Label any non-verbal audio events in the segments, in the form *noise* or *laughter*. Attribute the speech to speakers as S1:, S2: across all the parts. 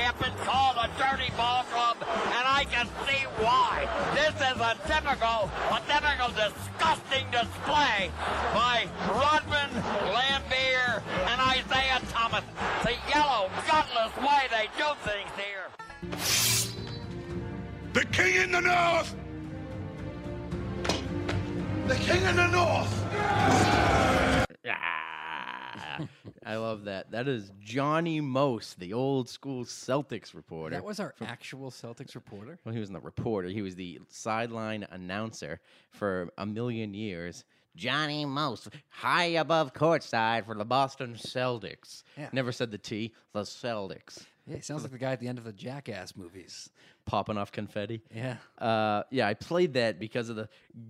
S1: have been called a dirty ball club, and I can see why. This is a typical, a typical disgusting display by Rodman, Lambeer, and Isaiah Thomas. The yellow, gutless way they do things here.
S2: *laughs* The king in the north! The king in the north!
S3: Ah, I love that. That is Johnny Most, the old school Celtics reporter.
S4: That was our actual Celtics reporter.
S3: well, he wasn't the reporter. He was the sideline announcer for a million years. Johnny Most, high above courtside for the Boston Celtics.
S4: Yeah.
S3: Never said the T, the Celtics.
S4: Yeah, he sounds like the guy at the end of the Jackass movies.
S3: Popping off confetti.
S4: Yeah.
S3: Uh, yeah, I played that because of the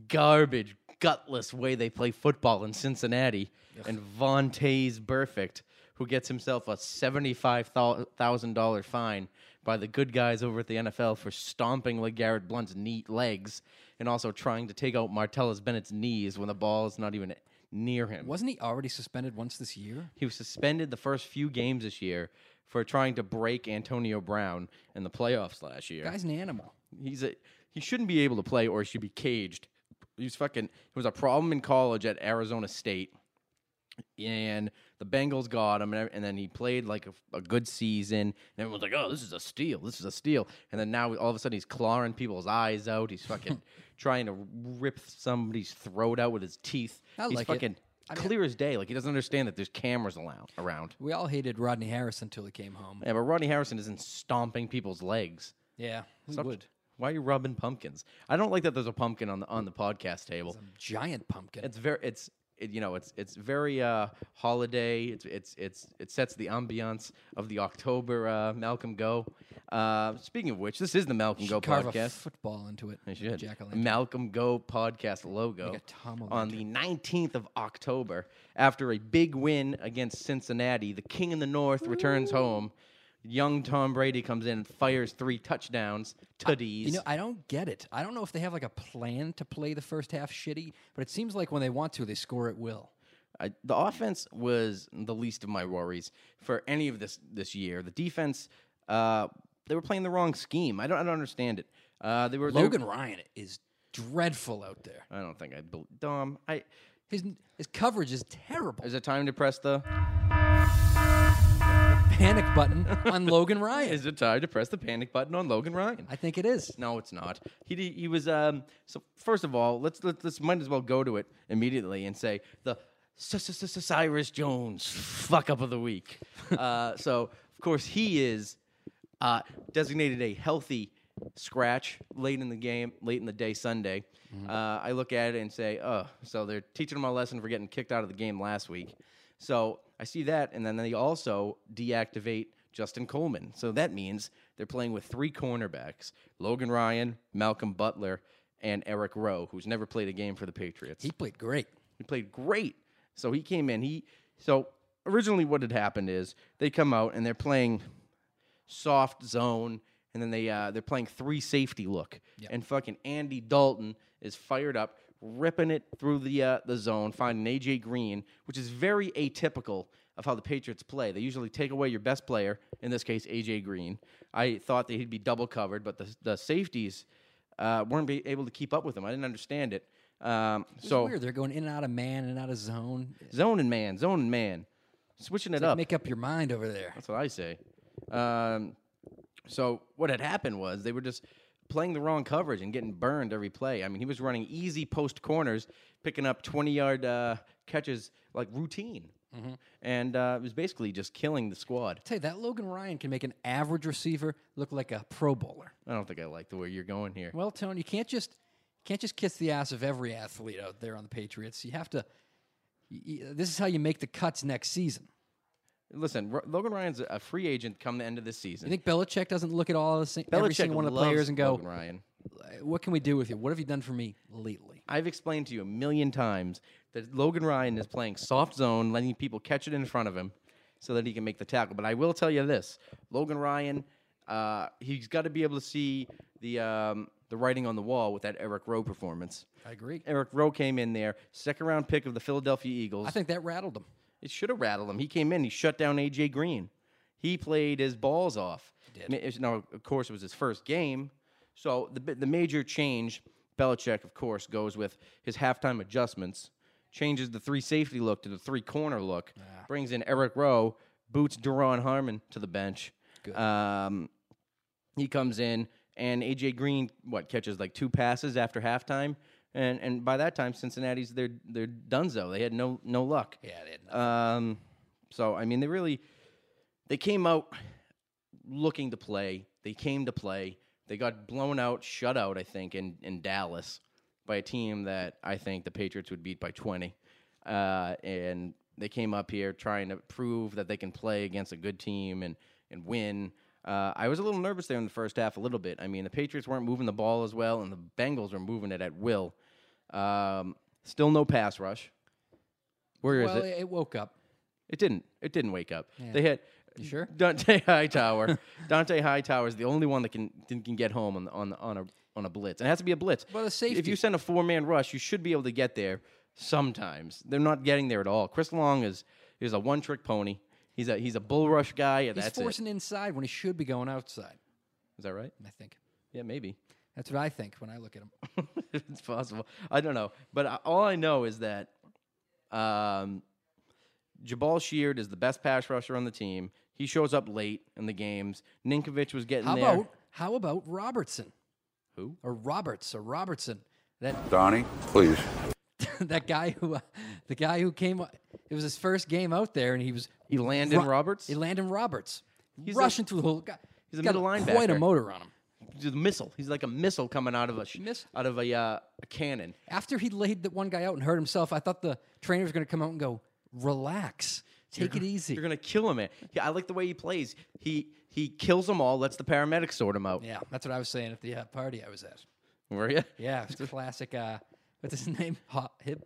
S3: garbage, gutless way they play football in Cincinnati. And Vontaze Burfict, who gets himself a $75,000 fine by the good guys over at the NFL for stomping LeGarrette Blunt's neat legs and also trying to take out Martellus Bennett's knees when the ball is not even near him.
S4: Wasn't he already suspended once this year?
S3: He was suspended the first few games this year for trying to break Antonio Brown in the playoffs last year.
S4: Guy's an animal.
S3: He's a he shouldn't be able to play or he should be caged. He's fucking it was a problem in college at Arizona State. And the Bengals got him, and ev- and then he played like a, a good season. And everyone's like, "Oh, this is a steal! This is a steal!" And then now, all of a sudden, he's clawing people's eyes out. He's
S4: *laughs*
S3: fucking trying to rip somebody's throat out with his teeth.
S4: I
S3: he's
S4: like it.
S3: fucking
S4: I mean-
S3: clear as day. Like he doesn't understand that there's cameras alou- around.
S4: We all hated Rodney Harris until he came home.
S3: Yeah, but Rodney Harrison isn't stomping people's legs.
S4: Yeah, we
S3: Stop-
S4: would.
S3: Why are you rubbing pumpkins? I don't like that there's a pumpkin on the on the podcast table.
S4: Giant pumpkin.
S3: It's very it's it, you know it's it's very uh, holiday. It's it's it's it sets the ambiance of the October uh, Malcolm Go. Uh, speaking of which, this is the Malcolm Go
S4: Should carve a
S3: podcast.
S4: football into it.
S3: I should.
S4: Jack-o'-lantern.
S3: Malcolm Go podcast logo
S4: Make a tom-o-lantern.
S3: on the 19th of October after a big win against Cincinnati. The King in the North returns home. Young Tom Brady comes in and fires three touchdowns. Tuddies.
S4: You know, I don't get it. I don't know if they have like a plan to play the first half shitty, but it seems like when they want to, they score at will.
S3: I, the offense was the least of my worries for any of this this year. The defense, uh, they were playing the wrong scheme. I don't, I don't understand it. Uh, they were they were-
S4: Logan Ryan is dreadful out there.
S3: I don't think I bel Dom. I
S4: His his coverage is terrible.
S3: is it time to press the?
S4: Panic
S3: *laughs*
S4: button on Logan Ryan.
S3: Is it time to press the panic button on Logan Ryan?
S4: I think it is.
S3: No, it's not. He d- he was um. So first of all, let's let's, let's might as well go to it immediately and say the Cy- Cy- Cy- Cy- Cyrus Jones fuck up of the week. uh, so of course he is uh, designated a healthy scratch late in the game, late in the day Sunday. Uh, I look at it and say, oh, so they're teaching him a lesson for getting kicked out of the game last week. So I see that, and then they also deactivate Justin Coleman. So that means they're playing with three cornerbacks Logan Ryan, Malcolm Butler, and Eric Rowe, who's never played a game for the Patriots.
S4: He played great.
S3: He played great. So he came in. He so originally what had happened is they come out and they're playing soft zone, and then they uh, they're playing three safety look, and fucking Andy Dalton is fired up, ripping it through the uh, the zone, finding AJ Green, which is very atypical of how the Patriots play. They usually take away your best player, in this case AJ Green. I thought that he'd be double covered, but the the safeties uh, weren't be able to keep up with him. I didn't understand it. Um, so
S4: It's weird. They're going in and out of man, in and out of zone.
S3: Zone and man, zone and man. Switching it up.
S4: Make up your mind over there.
S3: That's what I say. Um, so what had happened was they were just playing the wrong coverage and getting burned every play. I mean, he was running easy post corners, picking up 20 yard uh, catches like routine.
S4: Mm-hmm.
S3: And uh, it was basically just killing the squad.
S4: tell you that Logan Ryan can make an average receiver look like a Pro Bowler.
S3: I don't think I like the way you're going here.
S4: Well, Tone, you can't just can't just kiss the ass of every athlete out there on the Patriots. You have to. y- y- This is how you make the cuts next season.
S3: Listen, R- Logan Ryan's a free agent come the end of this season.
S4: You think Belichick doesn't look at all the same, every
S3: Belichick
S4: single one of the
S3: loves
S4: players and go,
S3: Logan Ryan.
S4: "What can we do with you? What have you done for me lately?"
S3: I've explained to you a million times that Logan Ryan is playing soft zone, letting people catch it in front of him so that he can make the tackle. But I will tell you this Logan Ryan, uh, he's got to be able to see the, um, the writing on the wall with that Eric Rowe performance.
S4: I agree.
S3: Eric Rowe came in there, second round pick of the Philadelphia
S4: I
S3: Eagles.
S4: think that rattled him.
S3: It should have rattled him. He came in, he shut down A.J. Green. He played his balls off.
S4: did.
S3: Ma- it's- Now, of course, it was his first game. So the bi- the major change, Belichick, of course, goes with his halftime adjustments, changes the three safety look to the three corner look, brings in Eric Rowe, boots Duron Harmon to the bench. Good. Um, he comes in and AJ Green what catches like two passes after halftime, and and by that time Cincinnati's they're they're dunzo. They had no no luck.
S4: Yeah, they had nothing.
S3: Um, so I mean they really they came out looking to play. They came to play. They got blown out, shut out, I think, in, in Dallas by a team that I think the Patriots would beat by 20. Uh, and they came up here trying to prove that they can play against a good team and, and win. Uh, I was a little nervous there in the first half, a little bit. I mean, the Patriots weren't moving the ball as well, and the Bengals were moving it at will. Um, still no pass rush. Where is
S4: well,
S3: it?
S4: it? woke up.
S3: It didn't. It didn't wake up. They hit. You
S4: sure? *laughs*
S3: Dante Hightower. Dante Hightower is the only one that can can can get home on the, on the, on a on a blitz. And it has to be a blitz.
S4: Well, the
S3: If
S4: safety-
S3: you send a four man rush, you should be able to get there. Sometimes they're not getting there at all. Chris Long is is a one trick pony. He's a he's a bull rush guy. And
S4: He's
S3: that's
S4: forcing inside when he should be going outside.
S3: it. Is that right?
S4: I think
S3: Yeah, maybe.
S4: that's what I think when I look at him.
S3: *laughs* it's possible. I don't know, but I- all I know is that um, Jabal Sheard is the best pass rusher on the team. He shows up late in the games. Ninkovich was getting
S4: How
S3: there.
S4: about how about Robertson?
S3: Who?
S4: Or Roberts or Robertson? That *laughs*
S2: Donnie, please.
S4: that guy who uh, the guy who came. It was his first game out there, and he was
S3: He landed
S4: Ru-
S3: Roberts.
S4: He landed Roberts,
S3: He's a-
S4: rushing through the whole guy.
S3: he's a
S4: got
S3: middle
S4: Quite a
S3: linebacker.
S4: motor on him.
S3: He's a missile. He's like a missile coming out of a sh-
S4: Miss-
S3: out of a, uh, a cannon.
S4: After he laid that one guy out and hurt himself, I thought the trainer was going to come out and go, "Relax, take it easy."
S3: You're gonna kill him. Man. Yeah, I like the way he plays. He he kills them all. Lets the paramedics sort him out.
S4: Yeah, that's what I was saying at the uh, party I was at.
S3: Were you?
S4: Yeah, it's classic. Uh, what's his *laughs* name? Hot hip.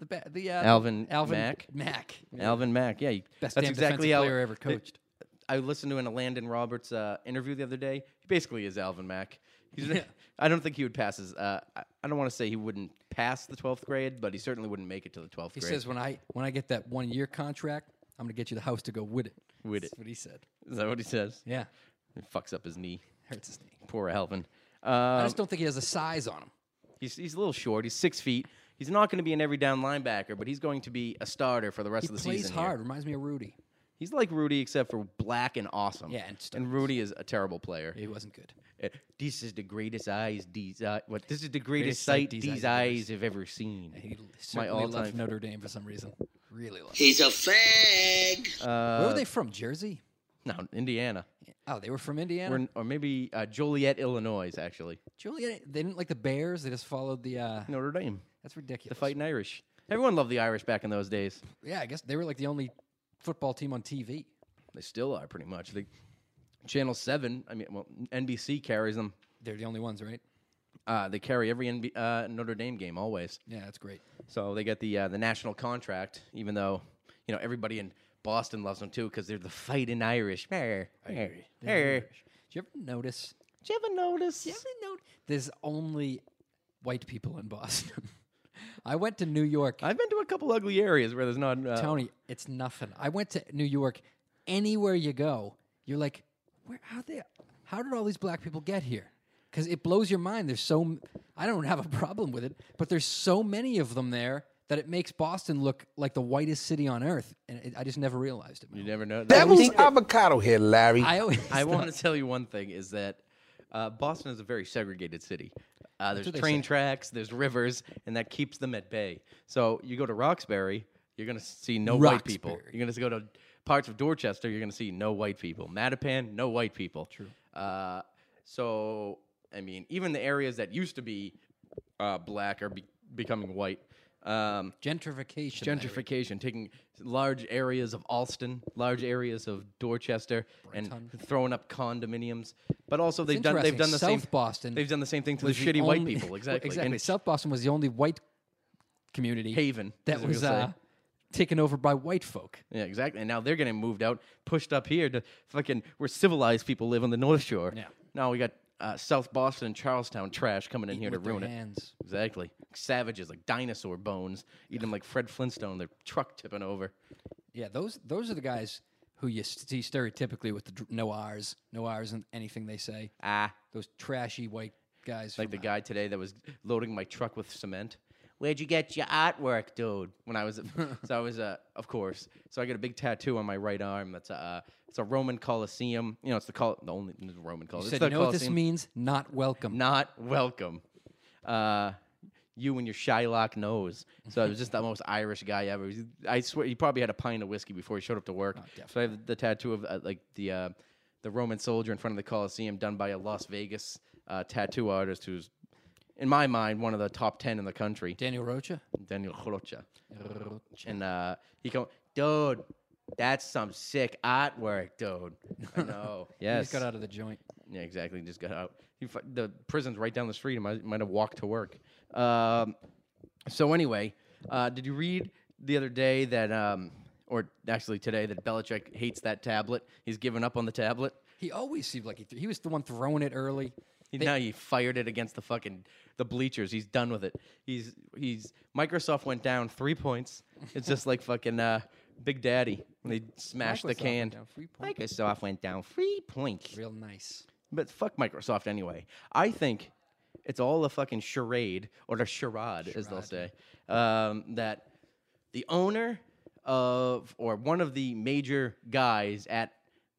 S4: The ba- the uh,
S3: Alvin
S4: Alvin
S3: Mack?
S4: Mack.
S3: Alvin Mack. Yeah, he-
S4: Best
S3: that's
S4: damn
S3: exactly
S4: defensive
S3: how
S4: player ever
S3: it-
S4: coached.
S3: I listened to an Landon Roberts uh, interview the other day. He basically is Alvin Mack. He's,
S4: Yeah.
S3: *laughs* I don't think he would pass his. Uh, I- I don't want to say he wouldn't pass the twelfth grade, but he certainly wouldn't make it to the twelfth
S4: He
S3: grade.
S4: says when I when I get that one year contract, I'm gonna get you the house to go with it.
S3: With
S4: That's
S3: it.
S4: what he said.
S3: is that what he says?
S4: Yeah,
S3: It fucks up his knee.
S4: hurts his knee.
S3: Poor Alvin.
S4: I
S3: Um,
S4: just don't think he has the size on him.
S3: he's he's a little short. He's six feet. He's not going to be an every down linebacker, but he's going to be a starter for the rest
S4: He
S3: of the
S4: plays
S3: season. here.
S4: hard. Reminds me of Rudy.
S3: He's like Rudy, except for black and awesome.
S4: Yeah, and
S3: and
S4: stutters.
S3: Rudy is a terrible player.
S4: He wasn't good.
S3: Uh, This is the greatest eyes these eye, what this is the greatest,
S4: Greatest sight
S3: sight
S4: these
S3: these,
S4: eyes
S3: eyes have ever seen.
S4: He certainly loved Notre Dame for some reason. Really loved.
S5: He's a fag.
S4: Where
S3: Uh,
S4: were they from? Jersey?
S3: no Indiana
S4: Oh, they were from Indiana.
S3: or, n- or maybe uh, Joliet, Illinois. Actually,
S4: Juliet. They didn't like the Bears. They just followed the. Uh,
S3: Notre Dame,
S4: That's ridiculous.
S3: the Fighting Irish. Everyone loved the Irish back in those days.
S4: Yeah, I guess they were like the only football team on TV.
S3: They still are pretty much. They, Channel Seven. I mean, well, NBC carries them.
S4: They're the only ones, right?
S3: Uh, they carry every NB, uh, Notre Dame game always.
S4: Yeah, that's great.
S3: So they get the uh, the national contract, even though you know everybody in Boston loves them too because they're the Fighting Irish. Arr, arr, arr.
S4: Did you ever notice?
S3: Did you ever notice?
S4: Did you ever notice? There's only white people in Boston. *laughs* I went to New York.
S3: I've been to a couple ugly areas where there's not. Uh,
S4: Tony, it's nothing. I went to New York. Anywhere you go, you're like, where how they? How did all these black people get here? Because it blows your mind. There's so m- I don't have a problem with it, but there's so many of them there that it makes Boston look like the whitest city on earth, and it, I just never realized it.
S3: You never know.
S6: That was avocado here, Larry.
S4: I always
S3: I want to tell you one thing is that uh, Boston is a very segregated city. Uh, there's
S4: what they
S3: train
S4: say.
S3: tracks, there's rivers, and that keeps them at bay. So you go to Roxbury, you're going to see no white people.
S4: Roxbury.
S3: You're going to go to parts of Dorchester, you're going to see no white people. Mattapan, no white people. True. Uh, so, I mean, even the areas that used to be uh, black are be- becoming white. Um,
S4: gentrification. Larry.
S3: gentrification, taking large areas of Alston, large areas of Dorchester, and throwing up condominiums. But also they've done they've
S4: interesting.
S3: done the same
S4: South Boston
S3: They've done the same thing to the
S4: was
S3: shitty white *laughs*
S4: only- *laughs*
S3: people, exactly.
S4: exactly.
S3: And
S4: South Boston was the only white community
S3: Haven
S4: that
S3: as we
S4: was
S3: would say.
S4: uh, taken over by white folk.
S3: yeah, exactly. And now they're getting moved out, pushed up here to fucking where civilized people live on the North Shore.
S4: Yeah.
S3: Now we got uh, South Boston and Charlestown trash coming in here to
S4: with their
S3: ruin it.
S4: hands.
S3: Exactly. Savages like dinosaur bones, eating them like Fred Flintstone, their truck tipping over.
S4: Yeah, those those are the guys who you st- see stereotypically with the dr- no R's, no R's in anything they say.
S3: Ah,
S4: Those trashy white guys.
S3: like
S4: from-
S3: the guy today that was loading my truck with cement. Where'd you get your artwork, dude? When I was,
S4: *laughs*
S3: so I was, uh, of course. So I got a big tattoo on my right arm. That's a, uh, it's a Roman Colosseum. You know, it's the col- the only the Roman
S4: You
S3: Colosseum.
S4: said,
S3: it's the
S4: you know what this
S3: Colosseum.
S4: means? Not welcome.
S3: Not welcome. Uh, you and your Shylock nose. So I was just the most Irish guy ever. He- I swear, he probably had a pint of whiskey before he showed up to work. so I have the tattoo of uh, like the uh, the Roman soldier in front of the Colosseum, done by a Las Vegas uh, tattoo artist who's, in my mind, one of the top ten in the country.
S4: Daniel Rocha?
S3: Daniel Rocha. And uh, he go, dude, that's some sick artwork, dude. I know.
S4: He
S3: yes.
S4: just got out of the joint.
S3: Yeah, exactly. Just got out. He, fu- the prison's right down the street. He might, might have walked to work. Um, so anyway, uh, did you read the other day that, um, or actually today, that Belichick hates that tablet? He's given up on the tablet.
S4: He always seemed like he, th- he was the one throwing it early.
S3: He, now he fired it against the fucking the bleachers. He's done with it. He's he's Microsoft went down three points. It's just like fucking uh, Big Daddy when they smashed the
S4: Microsoft went
S3: can.
S4: down three points.
S3: Microsoft went down three points.
S4: Real nice.
S3: But fuck Microsoft anyway. I think it's all a fucking charade or a charade, as they'll say, um, that the owner of or one of the major guys at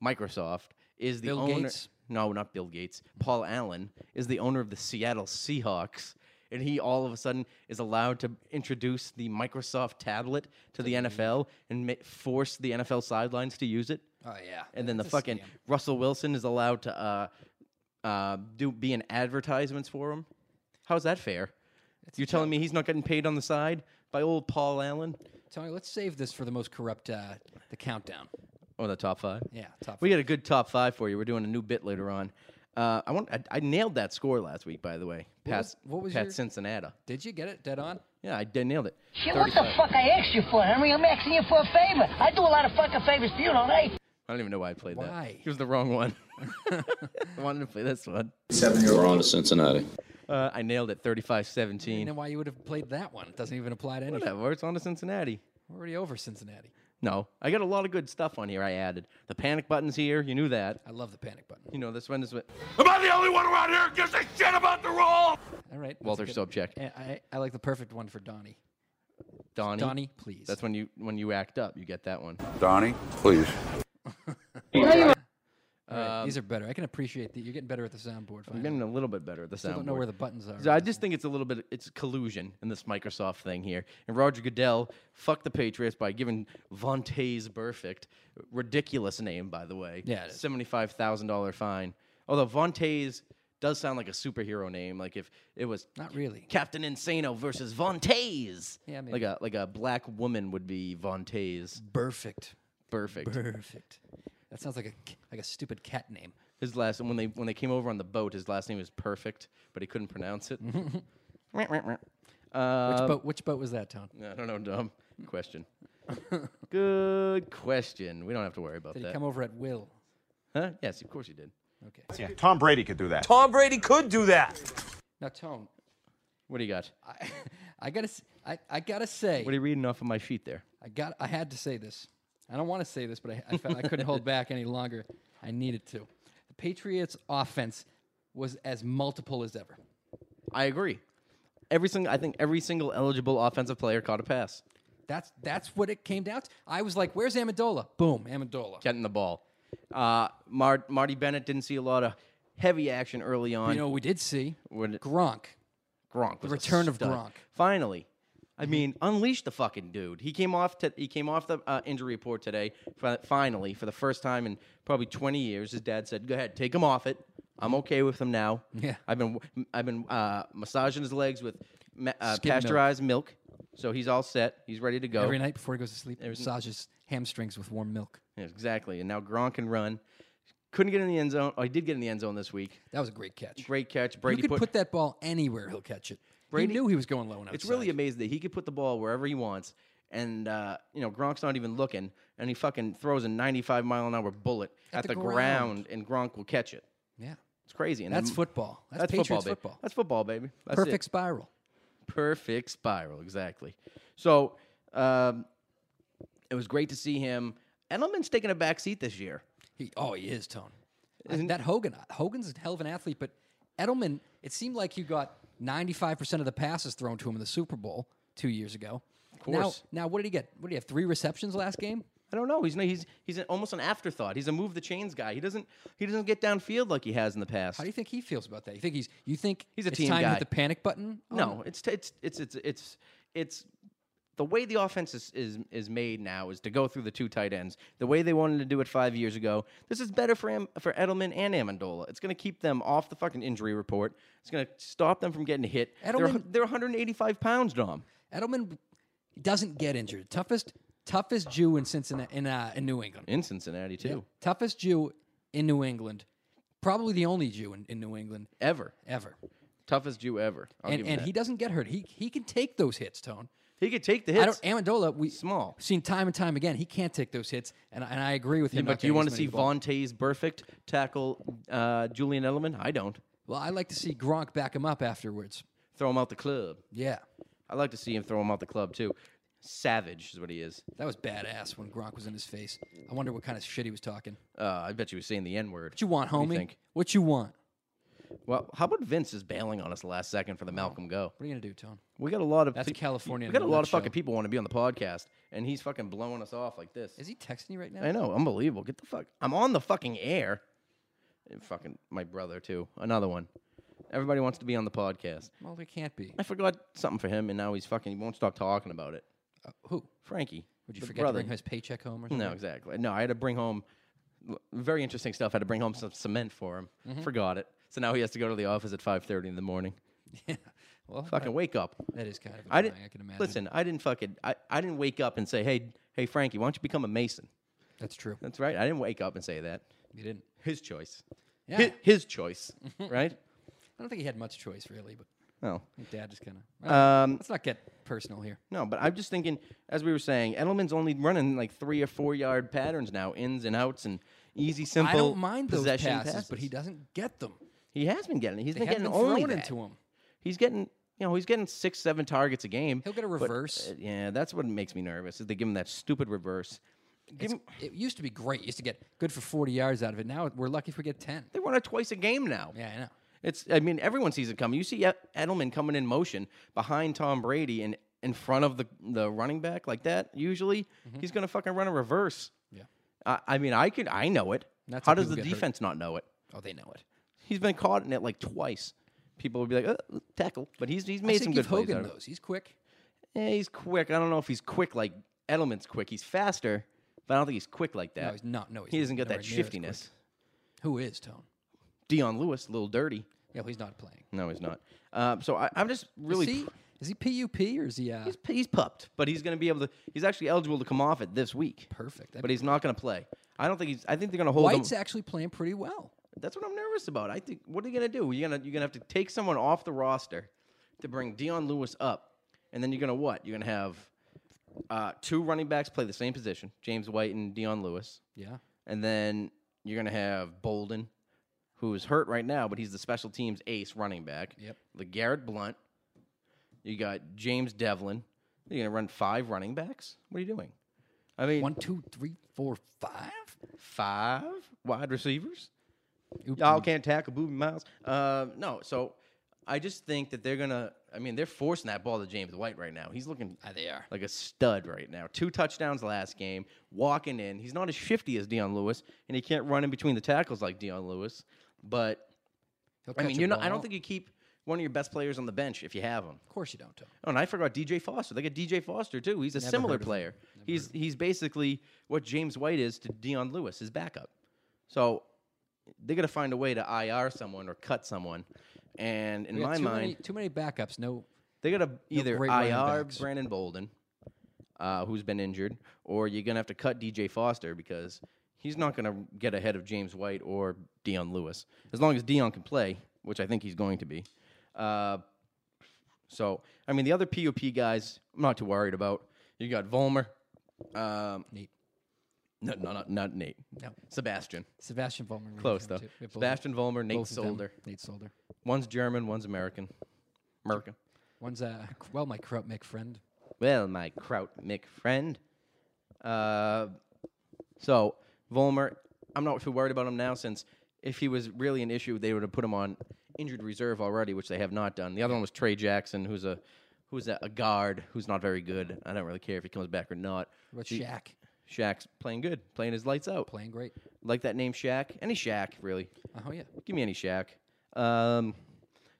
S3: Microsoft is the
S4: Bill
S3: owner.
S4: Gates?
S3: No, not Bill Gates. Paul Allen is the owner of the Seattle Seahawks. And he all of a sudden is allowed to introduce the Microsoft tablet to the NFL and ma- force the NFL sidelines to use it.
S4: Oh, yeah.
S3: And then the
S4: That's a
S3: fucking
S4: scam.
S3: Russell Wilson is allowed to uh, uh, do be in advertisements for him. How's that fair? You're telling me he's not getting paid on the side by old Paul Allen?
S4: Tony, let's save this for the most corrupt, uh, the countdown.
S3: Oh, the top five.
S4: Yeah, top
S3: We got a good top five for you. We're doing a new bit later on. Uh, I want. I, I nailed that score last week, by the way. Pat,
S4: was- what was
S3: Pat
S4: your-
S3: Cincinnati?
S4: Did you get it dead on?
S3: Yeah, I did, nailed it.
S7: Shit, what the
S3: 35.
S7: fuck I asked you for, Henry? I'm asking you for a favor. I do a lot of fucking favors to you, don't I?
S3: I don't even know why I played that.
S4: Why?
S3: It was the wrong
S4: *laughs*
S3: one. *laughs* I wanted to play this one.
S8: We're on to Cincinnati.
S3: Uh, I nailed it. Thirty-five
S4: You
S3: seventeen.
S4: know why you would have played that one? It doesn't even apply to anything.
S3: Whatever. It's on to Cincinnati.
S4: We're already over Cincinnati.
S3: No, I got a lot of good stuff on here. I added the panic buttons here. You knew that.
S4: I love the panic button.
S3: You know this one is what
S2: Am I the only one around here who gives a shit about the rule?
S4: All right. that's
S3: Walter
S4: good.
S3: Sobchak,
S4: I, I, I like the perfect one for Donnie.
S3: Donnie.
S4: Donnie, please.
S3: That's when you when you act up. You get that one.
S6: Donnie, please.
S4: All right, these are better. I can appreciate that. You're getting better at the soundboard.
S3: I'm
S4: Finally.
S3: getting a little bit better at the
S4: I
S3: sound.
S4: don't know where the buttons are.
S3: So I just think it's a little bit it's collusion in this Microsoft thing here. And Roger Goodell fucked the Patriots by giving Vontaze Burfict ridiculous name by the way.
S4: Yeah, it is.
S3: seventy five thousand dollar fine. Although Vontaze does sound like a superhero name. Like if it was
S4: Not really.
S3: Captain Insano versus Vontaze.
S4: Yeah, maybe.
S3: like a like a black woman would be Vontaze.
S4: Perfect.
S3: Perfect.
S4: Perfect. That sounds like a c- like a stupid cat name.
S3: His last when they when they came over on the boat, his last name was Perfect, but he couldn't pronounce it.
S4: Mm-hmm. Which
S3: Uh,
S4: boat? Which boat was that, Tom?
S3: *laughs* I don't know, dumb question. *laughs* Good question. We don't have to worry about
S4: Did he
S3: that.
S4: come over at will?
S3: Huh? Yes, of course you did.
S4: Okay.
S9: Tom Brady could do that.
S10: Tom Brady could do that.
S4: Now, Tone, *laughs*
S3: What do you got?
S4: I, I gotta, s- I, I gotta say,
S3: What are you reading off of my sheet there?
S4: I got, I had to say this. I don't want to say this, but I, I felt I couldn't hold back any longer. I needed to. The Patriots' offense was as multiple as ever.
S3: I agree. Every single I think every single eligible offensive player caught a pass.
S4: That's that's what it came down to. I was like, "Where's Amendola?" Boom, Amendola.
S3: getting the ball. Uh, Mar- Marty Bennett didn't see a lot of heavy action early on.
S4: You know, what we did see
S3: When it-
S4: Gronk.
S3: Gronk, was a
S4: return of
S3: stud.
S4: Gronk. Mm-hmm.
S3: Finally, I mean, unleash the fucking dude. He came off. To, he came off the uh, injury report today. fi- Finally, for the first time in probably 20 years, his dad said, "Go ahead, take him off it. I'm okay with him now."
S4: Yeah.
S3: I've been I've been uh, massaging his legs with ma- uh,
S4: Skim milk.
S3: pasteurized milk. so he's all set. He's ready to go.
S4: Every night before he goes to sleep, massages hamstrings with warm milk.
S3: Yeah, exactly. And now Gronk can run. Couldn't get in the end zone. Oh, he did get in the end zone this week.
S4: That was a great catch.
S3: Great catch. Brady
S4: you could
S3: put,
S4: put, that ball anywhere; he'll catch it.
S3: Brady-
S4: he knew he was going low and outside.
S3: It's really amazing that he could put the ball wherever he wants, and uh, you know Gronk's not even looking, and he fucking throws a 95 mile an hour bullet at,
S4: the
S3: the, ground. and Gronk will catch it.
S4: yeah.
S3: It's crazy. And
S4: That's
S3: then-
S4: football. That's,
S3: Mm. That's football,
S4: Patriots
S3: baby.
S4: football.
S3: That's football, baby. That's it.
S4: Perfect spiral.
S3: perfect spiral exactly so um, it was great to see him Edelman's taking a back seat this year.
S4: He, oh, he is Tone. I- that Hogan, uh, Hogan's a hell of an athlete, but Edelman, it seemed like you got ninety five percent of the passes thrown to him in the Super Bowl two years ago. Of
S3: course.
S4: Now, now what did he get? What did he have? Three receptions last game.
S3: I don't know. He's no- he's he's an, almost an afterthought. He's a move the chains guy. He doesn't he doesn't get downfield like he has in the past.
S4: How do you think he feels about that? You think he's you think
S3: He's a
S4: it's
S3: team
S4: time to
S3: guy.
S4: hit the panic button? Um, on him?
S3: No, it's t- it's it's it's it's it's the way the offense is, is is made now is to go through the two tight ends. The way they wanted to do it five years ago. This is better for Am- for Edelman and Amendola. It's going to keep them off the fucking injury report. It's going to stop them from getting hit. They're, hu-
S4: Edelman-
S3: they're 185 pounds, Dom.
S4: Edelman doesn't get injured. Toughest toughest Jew in Cincinnati in, uh, in New England.
S3: In Cincinnati too,
S4: Toughest Jew in New England. Probably the only Jew in, in New England
S3: ever
S4: ever.
S3: toughest Jew ever. I'll
S4: and
S3: give him
S4: and
S3: that.
S4: he doesn't get hurt. He he can take those hits, Tone.
S3: he could take the
S4: I
S3: hits.
S4: don't Amendola, we
S3: Small.
S4: seen time and time again. He can't take those hits, and and I agree with him.
S3: but
S4: not
S3: do you
S4: getting
S3: want
S4: as
S3: to
S4: many
S3: see
S4: balls.
S3: Vontae's perfect tackle uh, Julian Edelman? I don't.
S4: Well, I like to see Gronk back him up afterwards.
S3: Throw him out the club.
S4: Yeah,
S3: I like to see him throw him out the club too. Savage is what he is.
S4: that was badass when Gronk was in his face. I wonder what kind of shit he was talking.
S3: Uh, I bet you was saying the N word.
S4: What you want,
S3: What do
S4: homie?
S3: you think?
S4: What you want?
S3: Well, how about Vince is bailing on us the last second for the Malcolm Go?
S4: What are you gonna do, Tone?
S3: We got a lot of
S4: Mm. That's California
S3: We
S4: in
S3: got a
S4: a
S3: lot of
S4: nutshell.
S3: fucking people want to be on the podcast, and he's fucking blowing us off like this.
S4: Is he texting you right now?
S3: I know, unbelievable. Get the fuck. I'm on the fucking air. And fucking my brother too. Another one. Everybody wants to be on the podcast.
S4: Well, there can't be.
S3: I forgot something for him, and now he's fucking. He won't stop talking about it.
S4: Uh, who?
S3: Frankie,
S4: Would you
S3: the
S4: forget
S3: brother.
S4: to bring his paycheck home or something?
S3: No, exactly. No, I had to bring home l- very interesting stuff. I had to bring home some cement for him.
S4: Mm-hmm.
S3: Forgot it. So now he has to go to the office at 5:30 in the morning.
S4: Yeah. Well,
S3: Fucking wake up.
S4: that is kind of
S3: I
S4: annoying.
S3: didn't
S4: I, can imagine.
S3: Listen, I didn't fucking I, I didn't wake up and say, "Hey, hey Frankie, why don't you become a mason?"
S4: that's true.
S3: That's right. I didn't wake up and say that.
S4: He didn't.
S3: His choice.
S4: Yeah.
S3: Hi- His, choice,
S4: *laughs*
S3: right?
S4: I don't think he had much choice really, but
S3: No.
S4: I think Dad just kind of.
S3: Um,
S4: let's not get personal here.
S3: no, but I'm just thinking as we were saying, Edelman's only running like 3 or 4 yard patterns now, ins and outs and easy simple
S4: I don't mind those passes,
S3: possession
S4: but he doesn't get them.
S3: He has been getting it. He's
S4: They
S3: been
S4: haven't
S3: getting
S4: been
S3: only
S4: thrown
S3: that.
S4: into him.
S3: He's getting, you know, he's getting six, seven targets a game.
S4: He'll get a
S3: but,
S4: reverse.
S3: uh, yeah, that's what makes me nervous. Is they give him that stupid reverse. Give him,
S4: It used to be great. Used to get good for forty yards out of it. Now we're lucky if we get ten.
S3: they run it twice a game now.
S4: Yeah, I know.
S3: It's. I mean, everyone sees it coming. You see E- Edelman coming in motion behind Tom Brady and in front of the the running back like that. Usually,
S4: Mm-hmm.
S3: he's gonna fucking run a reverse.
S4: Yeah.
S3: I, I mean, I could. I know it.
S4: That's
S3: How
S4: how
S3: does
S4: people
S3: the
S4: get hurt.
S3: defense not know it?
S4: Oh, they know it.
S3: He's been caught in it like twice. People would be like, uh tackle, but he's he's
S4: I
S3: made
S4: say
S3: some
S4: give
S3: good plays.
S4: Hogan
S3: out of it.
S4: those. He's quick.
S3: Yeah, Eh, he's quick. I don't know if he's quick like Edelman's quick. He's faster, but I don't think he's quick like that.
S4: No, he's not. No, he's
S3: he doesn't get
S4: nowhere
S3: that
S4: near as
S3: shiftiness.
S4: quick. Who is Tone?
S3: Dion Lewis, a little dirty.
S4: Yeah, well, he's not playing.
S3: No, he's not. Um, so I, I'm just really.
S4: Is he, is he PUP or is he uh,
S3: He's, he's pupped, but he's going to be able to. He's actually eligible to come off it this week.
S4: perfect? That'd
S3: But
S4: be-
S3: he's not going to play. I don't think he's. I think they're going to hold
S4: White's
S3: him.
S4: actually playing pretty well.
S3: That's what I'm nervous about. I think. What are you going to do? You're going to you're going to have to take someone off the roster to bring Dion Lewis up, and then you're going to what? You're going to have uh, two running backs play the same position, James White and Dion Lewis.
S4: Yeah.
S3: And then you're going to have Bolden, who is hurt right now, but he's the special teams ace running back.
S4: Yep.
S3: The Garrett Blunt. You got James Devlin. You're going to run five running backs? What are you doing? I mean,
S4: One, two, three, four, five.
S3: five wide receivers?
S4: Oop,
S3: Y'all
S4: oop.
S3: can't tackle Booby Miles. Uh, no, so I just think that they're going to, I mean, they're forcing that ball to James White right now. He's looking
S4: Ah, they are.
S3: like a stud right now. Two touchdowns last game, walking in. He's not as shifty as Deion Lewis, and he can't run in between the tackles like Deion Lewis. But
S4: He'll
S3: I
S4: catch
S3: mean,
S4: a
S3: you're not, I don't
S4: ball.
S3: think you keep one of your best players on the bench if you have him.
S4: Of course you don't, Tone.
S3: Oh, and I forgot DJ Foster. They got DJ Foster too. He's a
S4: Never
S3: similar
S4: heard of him.
S3: player. He's he's basically what James White is to Deion Lewis, his backup. So they got to find a way to IR someone or cut someone. And in
S4: We got
S3: my
S4: too
S3: mind,
S4: many, too many backups. No,
S3: they gotta either
S4: great running
S3: IR
S4: backs.
S3: Brandon Bolden, uh, who's been injured, or you're gonna have to cut DJ Foster because he's not gonna get ahead of James White or Dion Lewis as long as Dion can play, which I think he's going to be. Uh, so I mean, the other POP guys, I'm not too worried about. You got Volmer, um,
S4: Nate.
S3: No, no, not not Nate.
S4: No.
S3: Sebastian.
S4: Sebastian Vollmer. we
S3: Close
S4: refer
S3: though.
S4: him to. We both-
S3: Sebastian Volmer, Nate
S4: both of them.
S3: Solder.
S4: Nate Solder.
S3: One's German, one's American. American.
S4: One's uh, well, my Kraut Mick friend.
S3: Well, my Kraut Mick friend. Uh, So Volmer, I'm not too worried about him now since if he was really an issue, they would have put him on injured reserve already, which they have not done. The other one was Trey Jackson, who's a who's a, a guard who's not very good. I don't really care if he comes back or not.
S4: What
S3: The-
S4: Shaq
S3: Shaq's playing good, playing his lights out.
S4: playing great?
S3: Like that name Shaq. Any Shaq, really.
S4: Oh yeah,
S3: Give me any Shaq. Um,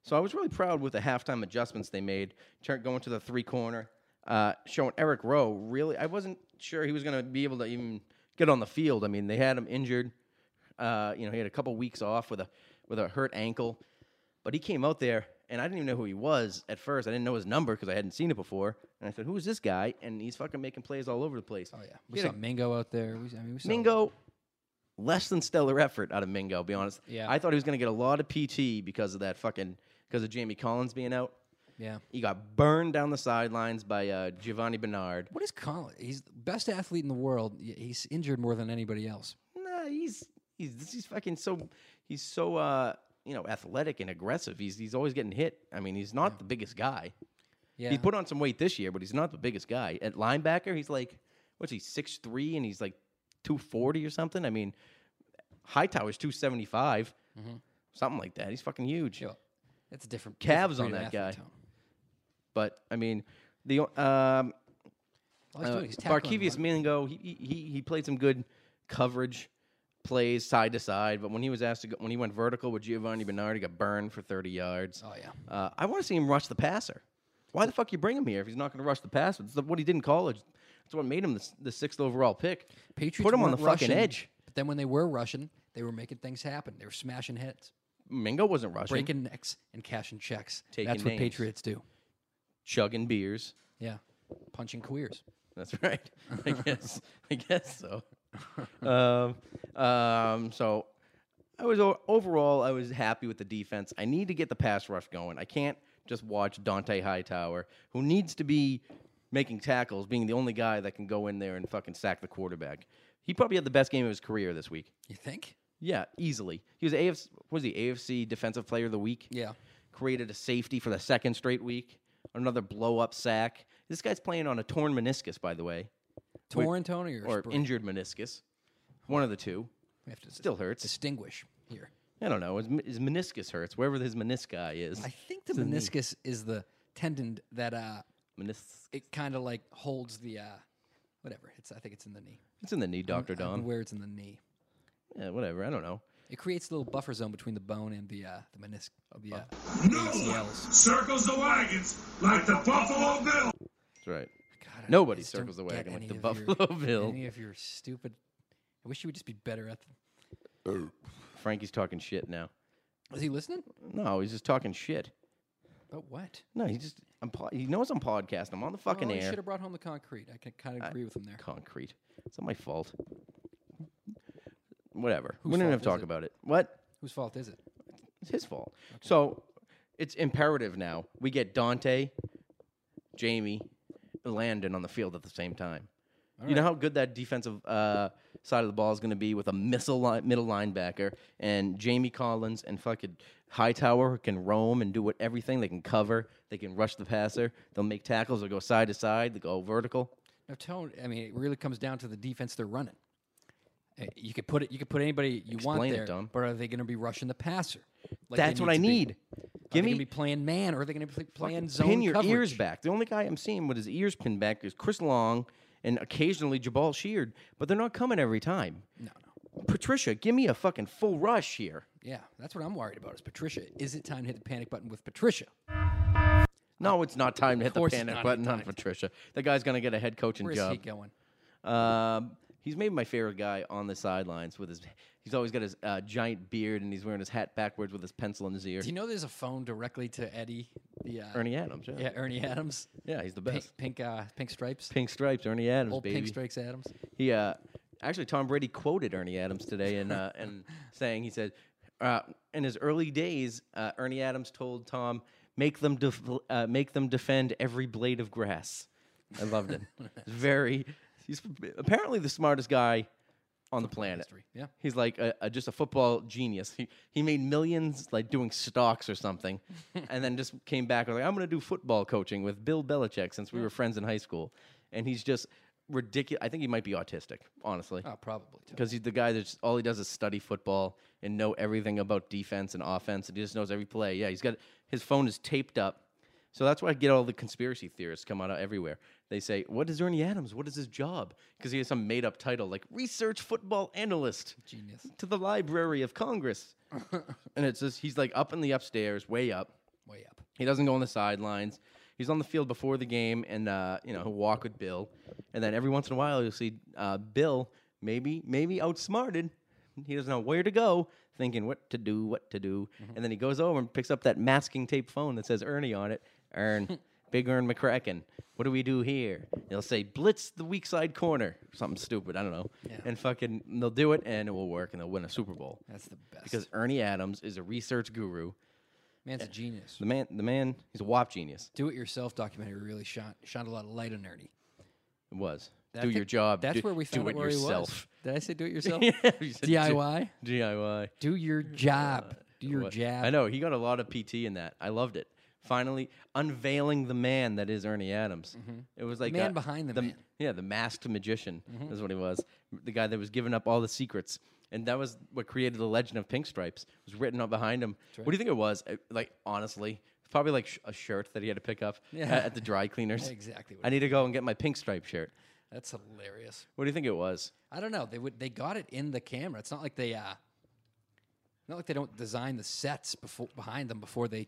S3: so I was really proud with the halftime adjustments they made, turn, going to the three corner, uh, showing Eric Rowe. Really, I wasn't sure he was going to be able to even get on the field. I mean, they had him injured. Uh, you know, he had a couple weeks off with a with a hurt ankle, but he came out there, and I didn't even know who he was at first. I didn't know his number because I hadn't seen it before, and I said, "Who is this guy?" And he's fucking making plays all over the place.
S4: oh yeah. We
S3: He had
S4: saw
S3: a-
S4: Mingo out there. We, I mean, we saw
S3: Mingo, less than stellar effort out of Mingo. Be honest.
S4: Yeah.
S3: I thought he was going to get a lot of PT because of that fucking because of Jamie Collins being out.
S4: Yeah.
S3: He got burned down the sidelines by uh, Giovanni Bernard.
S4: What is Colin? He's the best athlete in the world. y- He's injured more than anybody else.
S3: Nah, he's he's he's fucking so he's so uh you know athletic and aggressive. He's he's always getting hit. I mean, he's not the biggest guy.
S4: Yeah.
S3: He put on some weight this year, but he's not the biggest guy. At linebacker, he's like, what's he, 6'3 and he's like 240 or something? I mean, Hightower's 275, something like that. He's fucking huge.
S4: Mm-hmm. Yeah. That's a different
S3: Calves
S4: different
S3: on
S4: breed of
S3: that
S4: athlete,
S3: guy.
S4: Tom.
S3: But, I mean, the o- um,
S4: All he's
S3: uh,
S4: doing is tackling
S3: Barkevius
S4: one-
S3: Mingo, he, he- he, he played some good coverage plays side to side, but when he was asked to go, when he went vertical with Giovanni Bernard, he got burned for 30 yards.
S4: Oh yeah.
S3: Uh, I want to see him rush the passer. Why the fuck you bring him here if he's not going to rush the pass? It's the, what he did in college. That's what made him the, s- the sixth overall pick.
S4: Patriots
S3: Put him on the
S4: weren't
S3: fucking
S4: rushing,
S3: edge.
S4: But then when they were rushing, they were making things happen. They were smashing heads,
S3: Mingo wasn't rushing.
S4: breaking necks, and cashing checks.
S3: Taking
S4: That's what
S3: names.
S4: Patriots do.
S3: chugging beers.
S4: Yeah. Punching queers.
S3: That's *laughs* right. I guess. I guess so. Um, um, so I was o- overall I was happy with the defense. I need to get the pass rush going. I can't just watch Dante Hightower, who needs to be making tackles, being the only guy that can go in there and fucking sack the quarterback. He probably had the best game of his career this week.
S4: You think?
S3: Yeah, easily. He was AFC was he AFC defensive player of the week.
S4: Yeah.
S3: Created a safety for the second straight week. Another blow up sack. This guy's playing on a torn meniscus, by the way. Wait,
S4: Torn Tony or,
S3: Or
S4: Spr-
S3: injured meniscus. One of the two.
S4: we have to s-
S3: Still hurts.
S4: distinguish here.
S3: I don't know. His, m- his meniscus hurts, wherever his menisci is.
S4: I think the meniscus is the tendon that uh
S3: Menis-
S4: it kind of like holds the uh whatever. It's I think it's in the knee.
S3: it's in the knee, Dr. Dom.
S4: Where it's in the knee.
S3: Yeah, whatever. I don't know.
S4: It creates a little buffer zone between the bone and the uh, the meniscus. The, uh,
S2: No one circles the wagons like the Buffalo Bill.
S3: That's right.
S4: God, I
S3: Nobody
S4: just don't
S3: circles the
S4: get
S3: wagon like
S4: any
S3: the
S4: of your-
S3: Buffalo Bill.
S4: *laughs* Any of your stupid. I wish you would just be better at. The,
S3: Frankie's talking shit now.
S4: is he listening?
S3: No, he's just talking shit.
S4: But what?
S3: No, he just. I'm po- he knows I'm podcasting. I'm on the fucking
S4: oh, you
S3: air.
S4: should have brought home the concrete. I can kind of agree with him there.
S3: concrete. It's not my fault. Whatever.
S4: Whose
S3: we don't
S4: fault
S3: have to
S4: is
S3: talk
S4: it?
S3: about it. What?
S4: Whose fault is it?
S3: It's his fault. So it's imperative now. We get Dante, Jamie, and Landon on the field at the same time. you know how good that defensive uh, side of the ball is going to be with a missile line, middle linebacker and Jamie Collins and fucking Hightower who can roam and do what everything they can cover. They can rush the passer. They'll make tackles. They'll go side to side. They go vertical.
S4: No, Tone. I mean, it really comes down to the defense they're running. Uh, You could put it. You could put anybody you want
S3: Explain it,
S4: there,
S3: Dom.
S4: but are they going to be rushing the passer? like they
S3: That's what I
S4: to be?
S3: need.
S4: Are they
S3: Give
S4: going
S3: me
S4: to be playing man, or are they going to be pl- playing zone
S3: pin your ears
S4: coverage?
S3: back. The only guy I'm seeing with his ears pinned back is Chris Long and occasionally Jabal Sheard, but they're not coming every time.
S4: No, no.
S3: Patricia, give me a fucking full rush here.
S4: Yeah, that's what I'm worried about. Is Patricia? Is it time to hit the panic button with Patricia?
S3: No, it's not time to hit the
S4: course it's
S3: panic
S4: not
S3: button
S4: time
S3: on
S4: to-
S3: Patricia. The guy's gonna get a head coaching
S4: Where's he
S3: job.
S4: going?
S3: Um, he's maybe my favorite guy on the sidelines with his. He's always got his uh, giant beard and he's wearing his hat backwards with his pencil in his ear.
S4: Do you know there's a phone directly to Eddie? The uh,
S3: Ernie Adams, yeah.
S4: Yeah, Ernie Adams.
S3: Yeah, he's the
S4: Pink,
S3: best.
S4: pink, uh, pink stripes.
S3: Pink stripes, Ernie Adams,
S4: Old
S3: baby.
S4: pink stripes Adams.
S3: He uh, actually Tom Brady quoted Ernie Adams today and uh, and saying he said uh, in his early days uh, Ernie Adams told Tom make them def- uh, make them defend every blade of grass. I loved it. It's Very. He's apparently the smartest guy on the planet.
S4: history, yeah.
S3: He's like a, a, just a football genius. He he made millions like doing stocks or
S4: *laughs*
S3: something, and then just came back and was like I'm going to do football coaching with Bill Belichick since we were friends in high school, and he's just ridiculous. I think he might be autistic, honestly,
S4: Oh, probably. Too.
S3: because he's the guy that's all he does is study football and know everything about defense and offense, and he just knows every play. Yeah, he's got his phone is taped up, so that's why I get all the conspiracy theorists come out of everywhere. They say, "What is Ernie Adams? What is his job?" Because he has some made up title like research football analyst
S4: Genius.
S3: to the Library of Congress, *laughs* and it's just he's like up in the upstairs, way up.
S4: Way up.
S3: He doesn't go on the sidelines. He's on the field before the game, and uh, you know he'll walk with Bill. And then every once in a while, you'll see uh, Bill maybe maybe outsmarted. He doesn't know where to go, thinking what to do, what to do. And then he goes over and picks up that masking tape phone that says Ernie on it. Ern, Big Ern McCracken. What do we do here? And They'll say blitz the weak side corner, something stupid. I don't know. And fucking they'll do it, and it will work, and they'll win a Super Bowl
S4: That's the best.
S3: because eh, Ernie Adams is a research guru.
S4: man's a genius.
S3: The man, the man, he's a WAP genius.
S4: Do it yourself documentary really shot shot a lot of light on Ernie.
S3: It was.
S4: I
S3: do
S4: think
S3: your job. do,
S4: That's where we found
S3: do
S4: out
S3: it
S4: where
S3: yourself. *laughs*
S4: he was. Did I say do it yourself? *laughs*
S3: You said do-
S4: DIY.
S3: DIY.
S4: Do your job. Do your
S3: What-
S4: job.
S3: I know he got a lot of PT in that. I loved it. Finally unveiling the man that is Ernie Adams. It was like
S4: man
S3: uh,
S4: behind Mm-hmm. the man. Mm-hmm.
S3: Yeah, the masked magician is what he was. The guy that was giving up all the secrets. And that was what created the legend of Pink Stripes. It was written up behind him. What do you think it was? Uh, Like honestly, it's probably like sh- a shirt that he had to pick up
S4: Yeah.
S3: at, at the dry cleaners.
S4: *laughs* Exactly what
S3: I need to go and get my Pink Stripe shirt.
S4: That's hilarious.
S3: What do you think it was?
S4: I don't know. They would. They got it in the camera. It's not like they. uh Not like they don't design the sets before behind them before they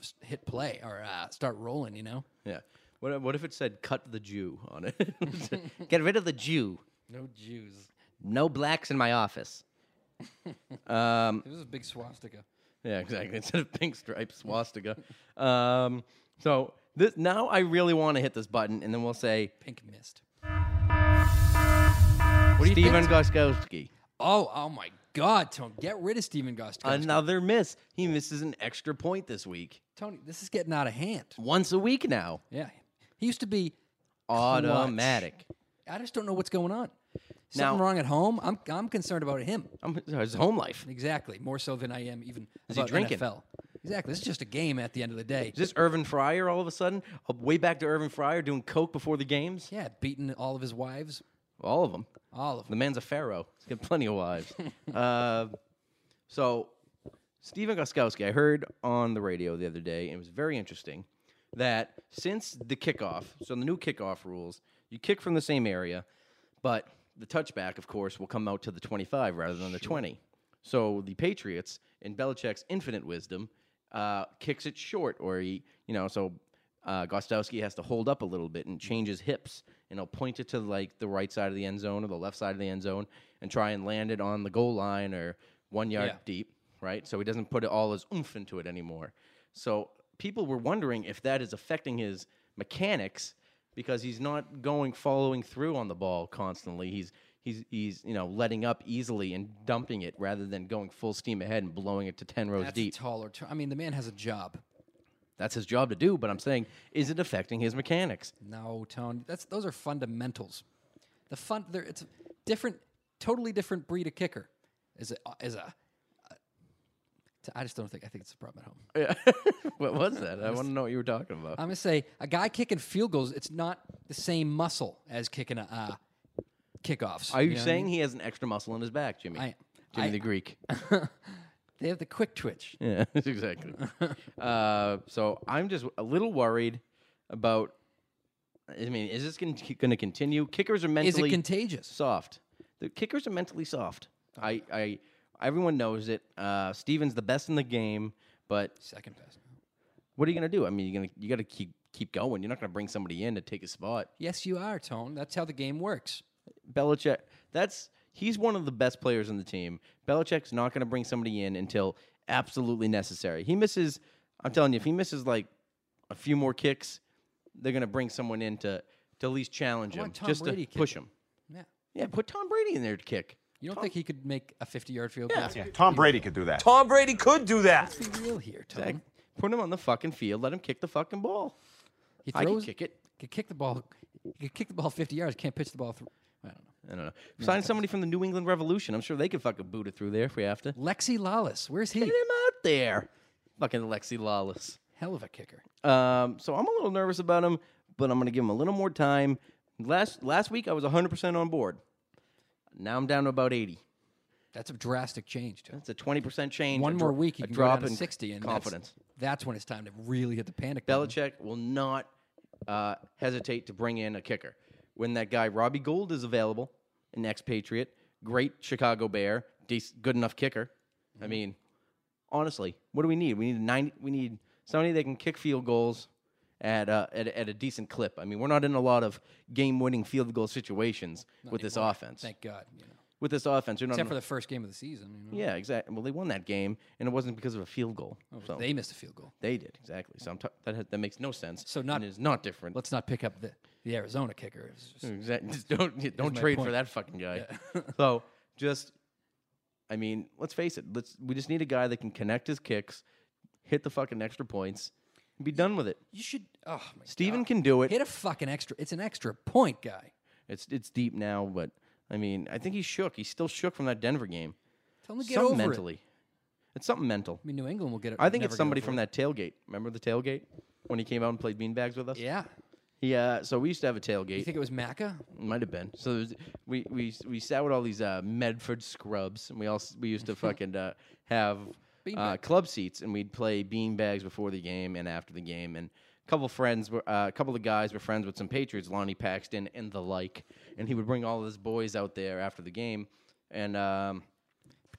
S4: s- hit play or uh, start rolling. You know.
S3: Yeah. What, if- what if it said "cut the Jew" on it? *laughs* Get rid of the Jew.
S4: No Jews.
S3: No blacks in my office.
S4: It was a big swastika.
S3: Yeah, exactly. *laughs* Instead of pink stripes, *laughs* swastika. um, so this, now I really want to hit this button, and then we'll say
S4: Pink mist.
S3: Stephen Goskowski.
S4: Oh, oh my God, Tony! Get rid of Steven Gostkowski.
S3: Another miss. He misses an extra point this week.
S4: Tony, this is getting out of hand.
S3: Once a week now.
S4: Yeah, he used to be.
S3: Automatic.
S4: I just don't know what's going on.
S3: Now-
S4: Something wrong at home. I'm I'm concerned about him.
S3: I'm, uh, his home life.
S4: Exactly, more so than I am even
S3: Is he
S4: about
S3: drinking?
S4: NFL. Exactly, this is just a game at the end of the day.
S3: Is this Irvin Fryer all of a sudden? Uh, Way back to Irvin Fryer doing coke before the games?
S4: Yeah, beating all of his wives,
S3: All of them.
S4: all of
S3: The
S4: them.
S3: man's a pharaoh. He's got plenty of
S4: *laughs*
S3: wives. uh, so, Stephen Goskowski, I heard on the radio the other day, and it was very interesting that since the kickoff, so the new kickoff rules, you kick from the same area, but the touchback, of course, will come out to the 25 rather than the 20. So the Patriots, in Belichick's infinite wisdom, uh, kicks it short, or he, you know, so uh, Gostowski has to hold up a little bit and change his hips, and he'll point it to like the right side of the end zone or the left side of the end zone, and try and land it on the goal line or one yard
S4: Yeah.
S3: deep, right? So he doesn't put all his oomph into it anymore. So people were wondering if that is affecting his mechanics because he's not going following through on the ball constantly. He's he's he's you know letting up easily and dumping it rather than going full steam ahead and blowing it to ten rows
S4: That's
S3: deep.
S4: taller. T- I mean, the man has a job.
S3: That's his job to do. But I'm saying, is it affecting his mechanics?
S4: No, Tony, that's those are fundamentals. The fun, they're- it's a different, totally different breed of kicker. Is a is a. t- I just don't think I think it's a problem at home.
S3: What *laughs* was that? I want to know what you were talking about.
S4: I'm gonna say a guy kicking field goals. It's not the same muscle as kicking a uh, kickoffs.
S3: Are you,
S4: know what I
S3: saying
S4: mean?
S3: he has an extra muscle in his back, Jimmy?
S4: I-
S3: Jimmy
S4: I-
S3: the Greek.
S4: *laughs*
S3: *laughs*
S4: they have the quick twitch?
S3: Yeah, *laughs*
S4: *laughs*
S3: exactly. uh, so I'm just a little worried about. I mean, is this going to continue? Kickers are
S4: Is
S3: mentally
S4: it contagious? Oh.
S3: soft. The kickers are mentally soft. I, I, everyone knows it. Uh, Steven's the best in the game, but
S4: Second best.
S3: what are you going to do? I mean, you're gonna you got to keep keep going. You're not going to bring somebody in to take a spot.
S4: Yes, you are, Tone. That's how the game works.
S3: Belichick. That's he's one of the best players on the team. Belichick's not going to bring somebody in until absolutely necessary. He misses. I'm telling you, if he misses like a few more kicks, they're going to bring someone in to to at least challenge
S4: I
S3: him,
S4: want Tom
S3: just
S4: Brady
S3: to push
S4: kicking.
S3: him.
S4: Yeah.
S3: Yeah, put Tom Brady in there to kick.
S4: You don't think he could make a 50 yard field goal?
S9: Yeah, Tom Brady could do that.
S10: Tom Brady could do that.
S4: Let's be real here, Tone.
S3: Like, put him on the fucking field. Let him kick the fucking ball.
S4: He
S3: I can
S4: throws-
S3: kick it.
S4: Could kick the ball. He could kick the ball 50 yards. Can't pitch the ball. Through. I don't know.
S3: I don't know. Sign somebody from the New England Revolution. I'm sure they could fucking boot it through there if we have to. Get
S4: Lexi Lawless. Where's
S3: *laughs*
S4: he?
S3: him out there. Fucking Lexi Lawless.
S4: Hell of a kicker.
S3: Um, so I'm a little nervous about him, but I'm going to give him a little more time. Last last week I was 100% on board. Now I'm down to about 80.
S4: That's a drastic change. Too.
S3: That's a 20% change.
S4: One
S3: a
S4: more
S3: dro-
S4: week,
S3: a
S4: you can
S3: drop
S4: go down
S3: in
S4: to sixty, and that's-
S3: confidence.
S4: That's, when it's time to really hit the panic. button.
S3: Belichick will not uh, hesitate to bring in a kicker. When that guy Robbie Gould is available, an expatriate, great Chicago Bear, dec- good enough kicker. I mean, honestly, what do we need? We need a ninety. We need somebody that can kick field goals at uh, at, at a decent clip. I mean, we're not in a lot of game-winning field goal situations with this offense.
S4: Thank God. You know.
S3: with this offense, you're not.
S4: Except for the first game of the season. You know.
S3: yeah, exactly. Well, they won that game, and it wasn't because of a field goal. so
S4: Oh, They missed a field goal.
S3: they did exactly. So I'm t- that has, that makes no sense.
S4: So not-
S3: and is not different.
S4: Let's not pick up the, the Arizona kicker. It's just-
S3: Exactly. Just don't *laughs* yeah, don't
S4: my
S3: trade for
S4: point.
S3: that fucking guy. *laughs* so just, I mean, let's face it. Let's we just need a guy that can connect his kicks, hit the fucking extra points, and be done with it.
S4: You should. *laughs* Oh my
S3: Steven
S4: God.
S3: can do it.
S4: hit a fucking extra. It's an extra point, guy.
S3: It's it's deep now, but I mean, I think he's shook. He's still shook from that Denver game.
S4: Tell him to get
S3: something
S4: over
S3: mentally.
S4: it.
S3: It's something mental.
S4: I mean, New England will get it.
S3: I think
S4: never
S3: it's
S4: get
S3: somebody
S4: over
S3: from
S4: it.
S3: that tailgate. Remember the tailgate when he came out and played beanbags with us?
S4: Yeah.
S3: Yeah. So we used to have a tailgate.
S4: You think it was Macca?
S3: Might have been. So there's, we we we sat with all these uh, Medford scrubs, and we all s- we used to fucking uh, have uh,
S4: Beanbag.
S3: club seats, and we'd play bean bags before the game and after the game, and a couple friends were uh, a couple of guys were friends with some Patriots, Lonnie Paxton and the like, and he would bring all of his boys out there after the game, and um,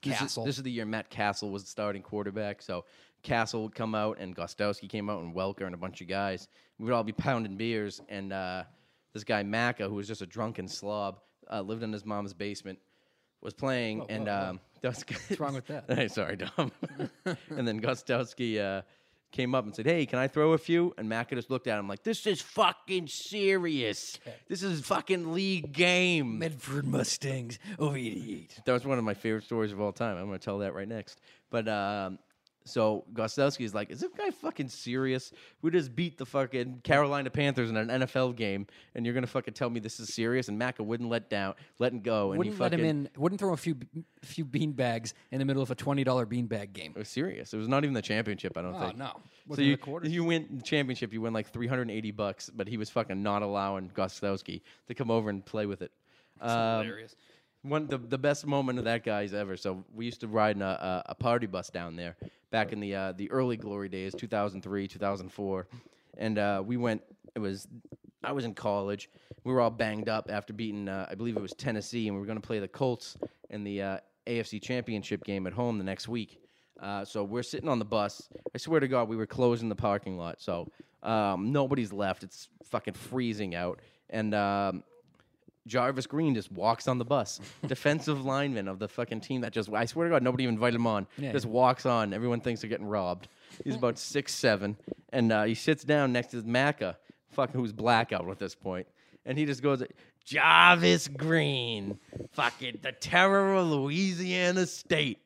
S3: this is,
S4: Castle.
S3: this is the year Matt Castle was the starting quarterback. So Castle would come out, and Gostowski came out, and Welker, and a bunch of guys. We would all be pounding beers, and uh, this guy Macca, who was just a drunken slob, uh, lived in his mom's basement, was
S4: Oh,
S3: playing, and um, What's
S4: wrong with that?
S3: *laughs* hey, sorry, Dom. and then Gostowski uh, came up and said, "Hey, can I throw a few?" And Macca just looked at him like, "This is fucking serious. This is fucking league game."
S4: Medford Mustangs Oh, over 88.
S3: That was one of my favorite stories of all time. I'm going to tell that right next. But um, so Gostowski is like, is this guy fucking serious? We just beat the fucking Carolina Panthers in an NFL game, and you're going to fucking tell me this is serious? And Macca wouldn't let down, letting go, and he
S4: Wouldn't
S3: fucking
S4: let him in. Wouldn't throw a few few bean bags in the middle of a twenty dollar bean bag game.
S3: It was serious. It was not even the championship. I don't
S4: Oh,
S3: think.
S4: no.
S3: so
S4: Wasn't it
S3: you
S4: a quarter?
S3: you win the championship. You win like 380 bucks, but he was fucking not allowing Gostowski to come over and play with it. Um,
S4: hilarious.
S3: One the, the best moment of that guy's ever. So we used to ride in a, a, a party bus down there back in the uh, the early glory days, 2003, 2004, and uh, we went. It was I was in college. We were all banged up after beating uh, I believe it was Tennessee, and we were going to play the Colts in the uh, AFC Championship game at home the next week. Uh, so we're sitting on the bus. I swear to God, we were closing the parking lot, so um, nobody's left. It's fucking freezing out, and um, Jarvis Green just walks on the bus. Defensive lineman of the fucking team that just I swear to God, nobody even invited him on. Just walks on. Everyone thinks they're getting robbed. He's about six seven. And uh, he sits down next to Macca, fucking who's blackout at this point. And he just goes, Jarvis Green, fucking the terror of Louisiana State.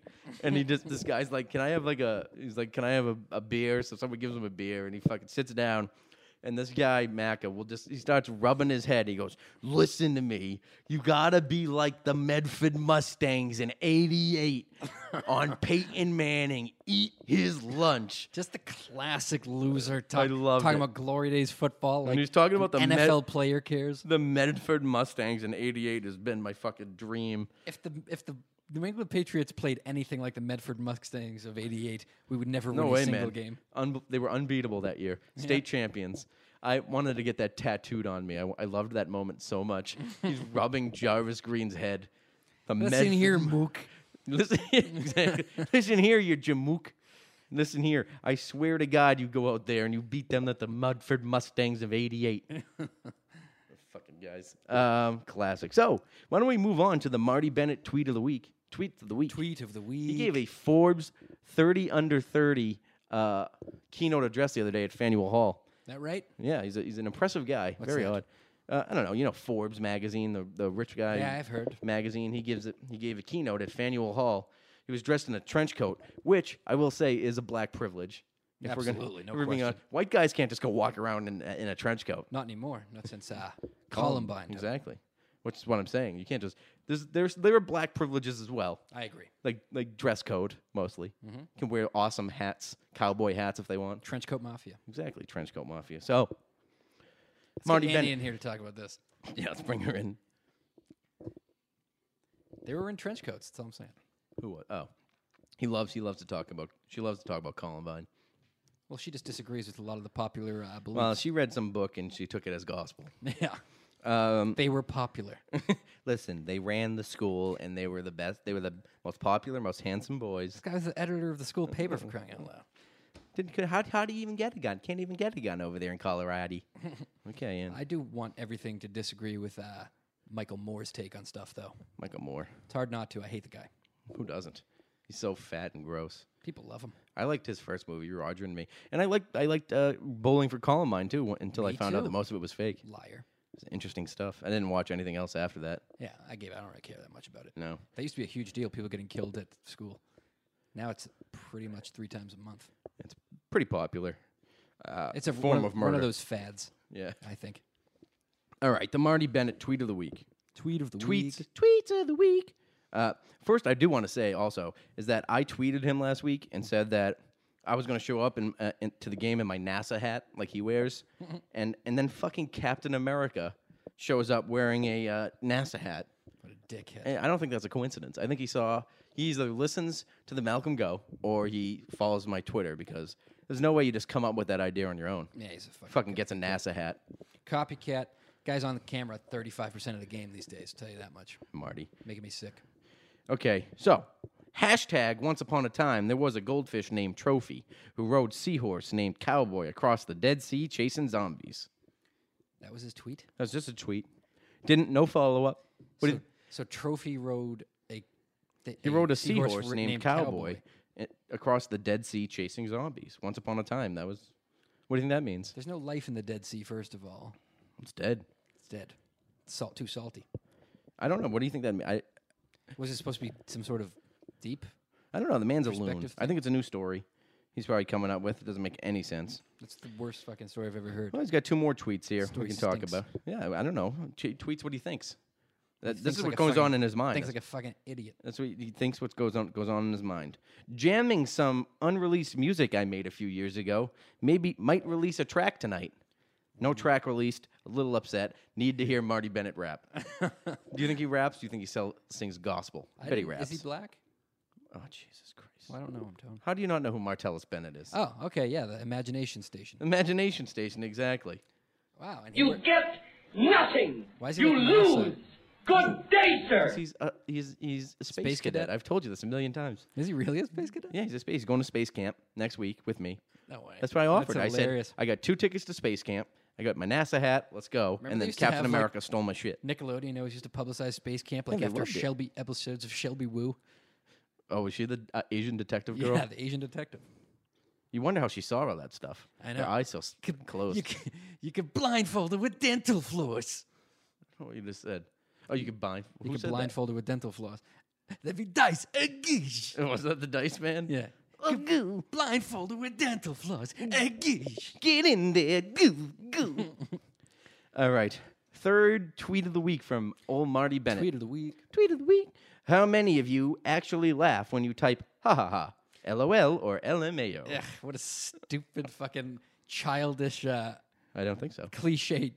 S3: And he just this guy's like, Can I have like a he's like, Can I have a, a beer? So someone gives him a beer and he fucking sits down. And this guy, Macca, will just, he starts rubbing his head. He goes, Listen to me. You got to be like the Medford Mustangs in 88
S4: *laughs*
S3: on Peyton Manning. Eat his lunch.
S4: Just the classic loser. Talk,
S3: loved
S4: talking
S3: it.
S4: about glory days football. Like
S3: he's talking about the Met-
S4: NFL player cares.
S3: The Medford Mustangs in 88 has been my fucking dream.
S4: If the if the New England Patriots played anything like the Medford Mustangs of '88, we would never
S3: No
S4: win
S3: way,
S4: a single
S3: man.
S4: game.
S3: Unbe- they were unbeatable that year. State champions. I wanted to get that tattooed on me. I, I loved that moment so
S4: *laughs*
S3: much. He's rubbing Jarvis Green's head. The
S4: Listen
S3: Medford
S4: here, Mook.
S3: Listen, *laughs* exactly. Listen here, you jamook. Listen here. I swear to God, you go out there and you beat them at the Mudford Mustangs of
S4: *laughs*
S3: '88. Fucking guys. Um, classic. So why don't we move on to the Marty Bennett tweet of the week? Tweet of the week.
S4: Tweet of the week.
S3: He gave a Forbes 30 under 30 uh, keynote address the other day at Faneuil Hall.
S4: that right?
S3: Yeah, he's, a, he's an impressive guy. Very
S4: that?
S3: odd. Uh, I don't know. You know Forbes magazine, the, the rich guy.
S4: Yeah, I've heard.
S3: Magazine. He gives it. He gave a keynote at Faneuil Hall. He was dressed in a trench coat, which I will say is a black privilege. If
S4: Absolutely, no
S3: if being
S4: question.
S3: honest, white guys can't just go walk around in, in a trench coat.
S4: Not anymore. Not since uh, Columbine.
S3: Exactly. Which is what I'm saying. You can't just. There's there's there are black privileges as well
S4: I agree.
S3: like like dress code mostly.
S4: Mm-hmm.
S3: Can wear awesome hats, cowboy hats if they want.
S4: Trench coat mafia.
S3: Exactly, trench coat mafia. So
S4: Let's get
S3: Marty
S4: Andy
S3: Bennett.
S4: in here to talk about this.
S3: Yeah, let's bring her in.
S4: They were in trench coats. That's all I'm saying.
S3: Who was? Oh, he loves. He loves to talk about. She loves to talk about Columbine.
S4: Well, she just disagrees with a lot of the popular uh, beliefs.
S3: Well, she read some book and she took it as gospel.
S4: *laughs* yeah.
S3: Um,
S4: they were popular. this
S3: *laughs* Listen, they ran the school and they were the best. They were the most popular, most handsome boys.
S4: guy was the editor of the school
S3: *laughs*
S4: paper for crying out loud.
S3: Didn't, could- how, how do you even get a gun? Can't even get a gun over there in *laughs* Colorado. Okay, and
S4: I do want everything to disagree with uh, Michael Moore's take on stuff, though.
S3: Michael Moore.
S4: It's hard not to. I hate the guy.
S3: Who doesn't? He's so fat and gross.
S4: People love him.
S3: I liked his first movie, Roger and Me, and I liked I liked uh, Bowling for Columbine too. wh- Until I
S4: Me
S3: found out that
S4: too.
S3: most of it was fake.
S4: Liar.
S3: It's interesting stuff. I didn't watch anything else after that.
S4: Yeah, I gave. I don't really care that much about it.
S3: No.
S4: that used to be a huge deal. People getting killed at school. Now it's pretty much three times a month.
S3: It's pretty popular.
S4: it's a
S3: Uh, form
S4: one,
S3: of
S4: One
S3: murder.
S4: of those fads,
S3: Yeah.
S4: I think.
S3: All right, the Marty Bennett tweet of the week.
S4: Tweet of the
S3: Tweets, tweets of the week. Uh, first, I do want to say also is that I tweeted him last week and said that I was going to show up in, uh, in, to the game in my NASA hat like he
S4: *laughs*
S3: wears, and and then fucking Captain America shows up wearing a uh, NASA hat.
S4: What a dickhead.
S3: And I don't think that's a coincidence. I think he saw he either listens to the Malcolm Go or he follows my Twitter because there's no way you just come up with that idea on your own.
S4: yeah, he's a fucking,
S3: Fucking gets a NASA hat,
S4: copycat. Guys on the camera, thirty-five percent of the game these days. Tell you that much.
S3: Marty.
S4: Making me sick.
S3: Okay, so hashtag once upon a time there was a goldfish named Trophy who rode seahorse named Cowboy across the Dead Sea chasing zombies.
S4: That was his tweet.
S3: That's just a tweet. Didn't no follow up. What
S4: so,
S3: did-
S4: so Trophy rode a. th-
S3: he rode a
S4: seahorse
S3: seahorse,
S4: ri-
S3: named, Cowboy, eh, across the Dead Sea chasing zombies. Once upon a time, that was. What do you think that means?
S4: There's no life in the Dead Sea. First of all,
S3: It's dead.
S4: it's dead. It's salt too salty.
S3: I don't know. What do you think that means? I,
S4: Was it supposed to be some sort of deep?
S3: I don't know. The man's a loon.
S4: Perspective
S3: I think it's a new story. He's probably coming up with. It doesn't make any sense.
S4: That's the worst fucking story I've ever heard.
S3: Well, he's got two more tweets here
S4: Story
S3: we can talk
S4: stinks.
S3: about. Yeah, I don't know. T- tweets what he thinks. That, this
S4: Thinks
S3: is
S4: like
S3: what
S4: a
S3: goes
S4: fucking-
S3: on in his mind.
S4: Thinks
S3: That's,
S4: like a fucking idiot.
S3: that's what he thinks. What goes on goes on in his mind. Jamming some unreleased music I made a few years ago. Maybe might release a track tonight.
S4: Hmm.
S3: No track released. A little upset. Need to hear Marty Bennett
S4: *laughs*
S3: rap. Do you think he raps? Do you think he sell, sings gospel? I, bet he
S4: didn't-
S3: raps.
S4: Is he black?
S3: oh Jesus Christ!
S4: Well, I don't know him, Tone.
S3: How do you not know who Martellus Bennett is?
S4: Oh, okay, yeah, the imagination station.
S3: Imagination Station, exactly.
S4: Wow, and he wor-
S9: get nothing.
S4: Why is he You like NASA? lose.
S9: Good day, sir.
S3: He's a, he's he's a space,
S4: Space
S3: cadet.
S4: cadet?
S3: I've told you this a million times.
S4: is he really a space cadet?
S3: Yeah, he's a space. He's going to space camp next week with me.
S4: No way.
S3: That's what I
S4: That's
S3: offered. I said
S4: hilarious.
S3: I got two tickets to space camp. I got my NASA hat. Let's go.
S4: Remember
S3: and
S4: they
S3: then
S4: used to
S3: Captain
S4: have, like-
S3: America stole my
S4: *laughs*
S3: shit.
S4: Nickelodeon always used to publicize space camp like
S3: Oh, they
S4: after
S3: loved it.
S4: Shelby episodes of Shelby Woo.
S3: Oh, is she the uh, Asian detective girl?
S4: Yeah, the Asian detective.
S3: You wonder how she saw all that stuff.
S4: I
S3: Her
S4: know.
S3: eyes so s- closed.
S4: *laughs* You
S3: You
S4: could, you could blindfold her with dental floss.
S3: what you just said. Oh, you could blind.
S4: You
S3: who
S4: could
S3: said that?
S4: blindfold her with dental floss. That'd be dice. A geesh.
S3: *laughs* Was that the Dice Man?
S4: Yeah.
S3: Oh, goo.
S4: Blindfold her with dental floss. A geesh.
S3: Get in there, goo
S4: *laughs*
S3: goo. all right. Third tweet of the week from old Marty Bennett.
S4: Tweet of the week.
S3: tweet of the week. How many of you actually laugh when you type ha ha ha, LOL or LMAO?
S4: Ugh, what a stupid fucking childish uh,
S3: I don't think so. *laughs*
S4: cliche.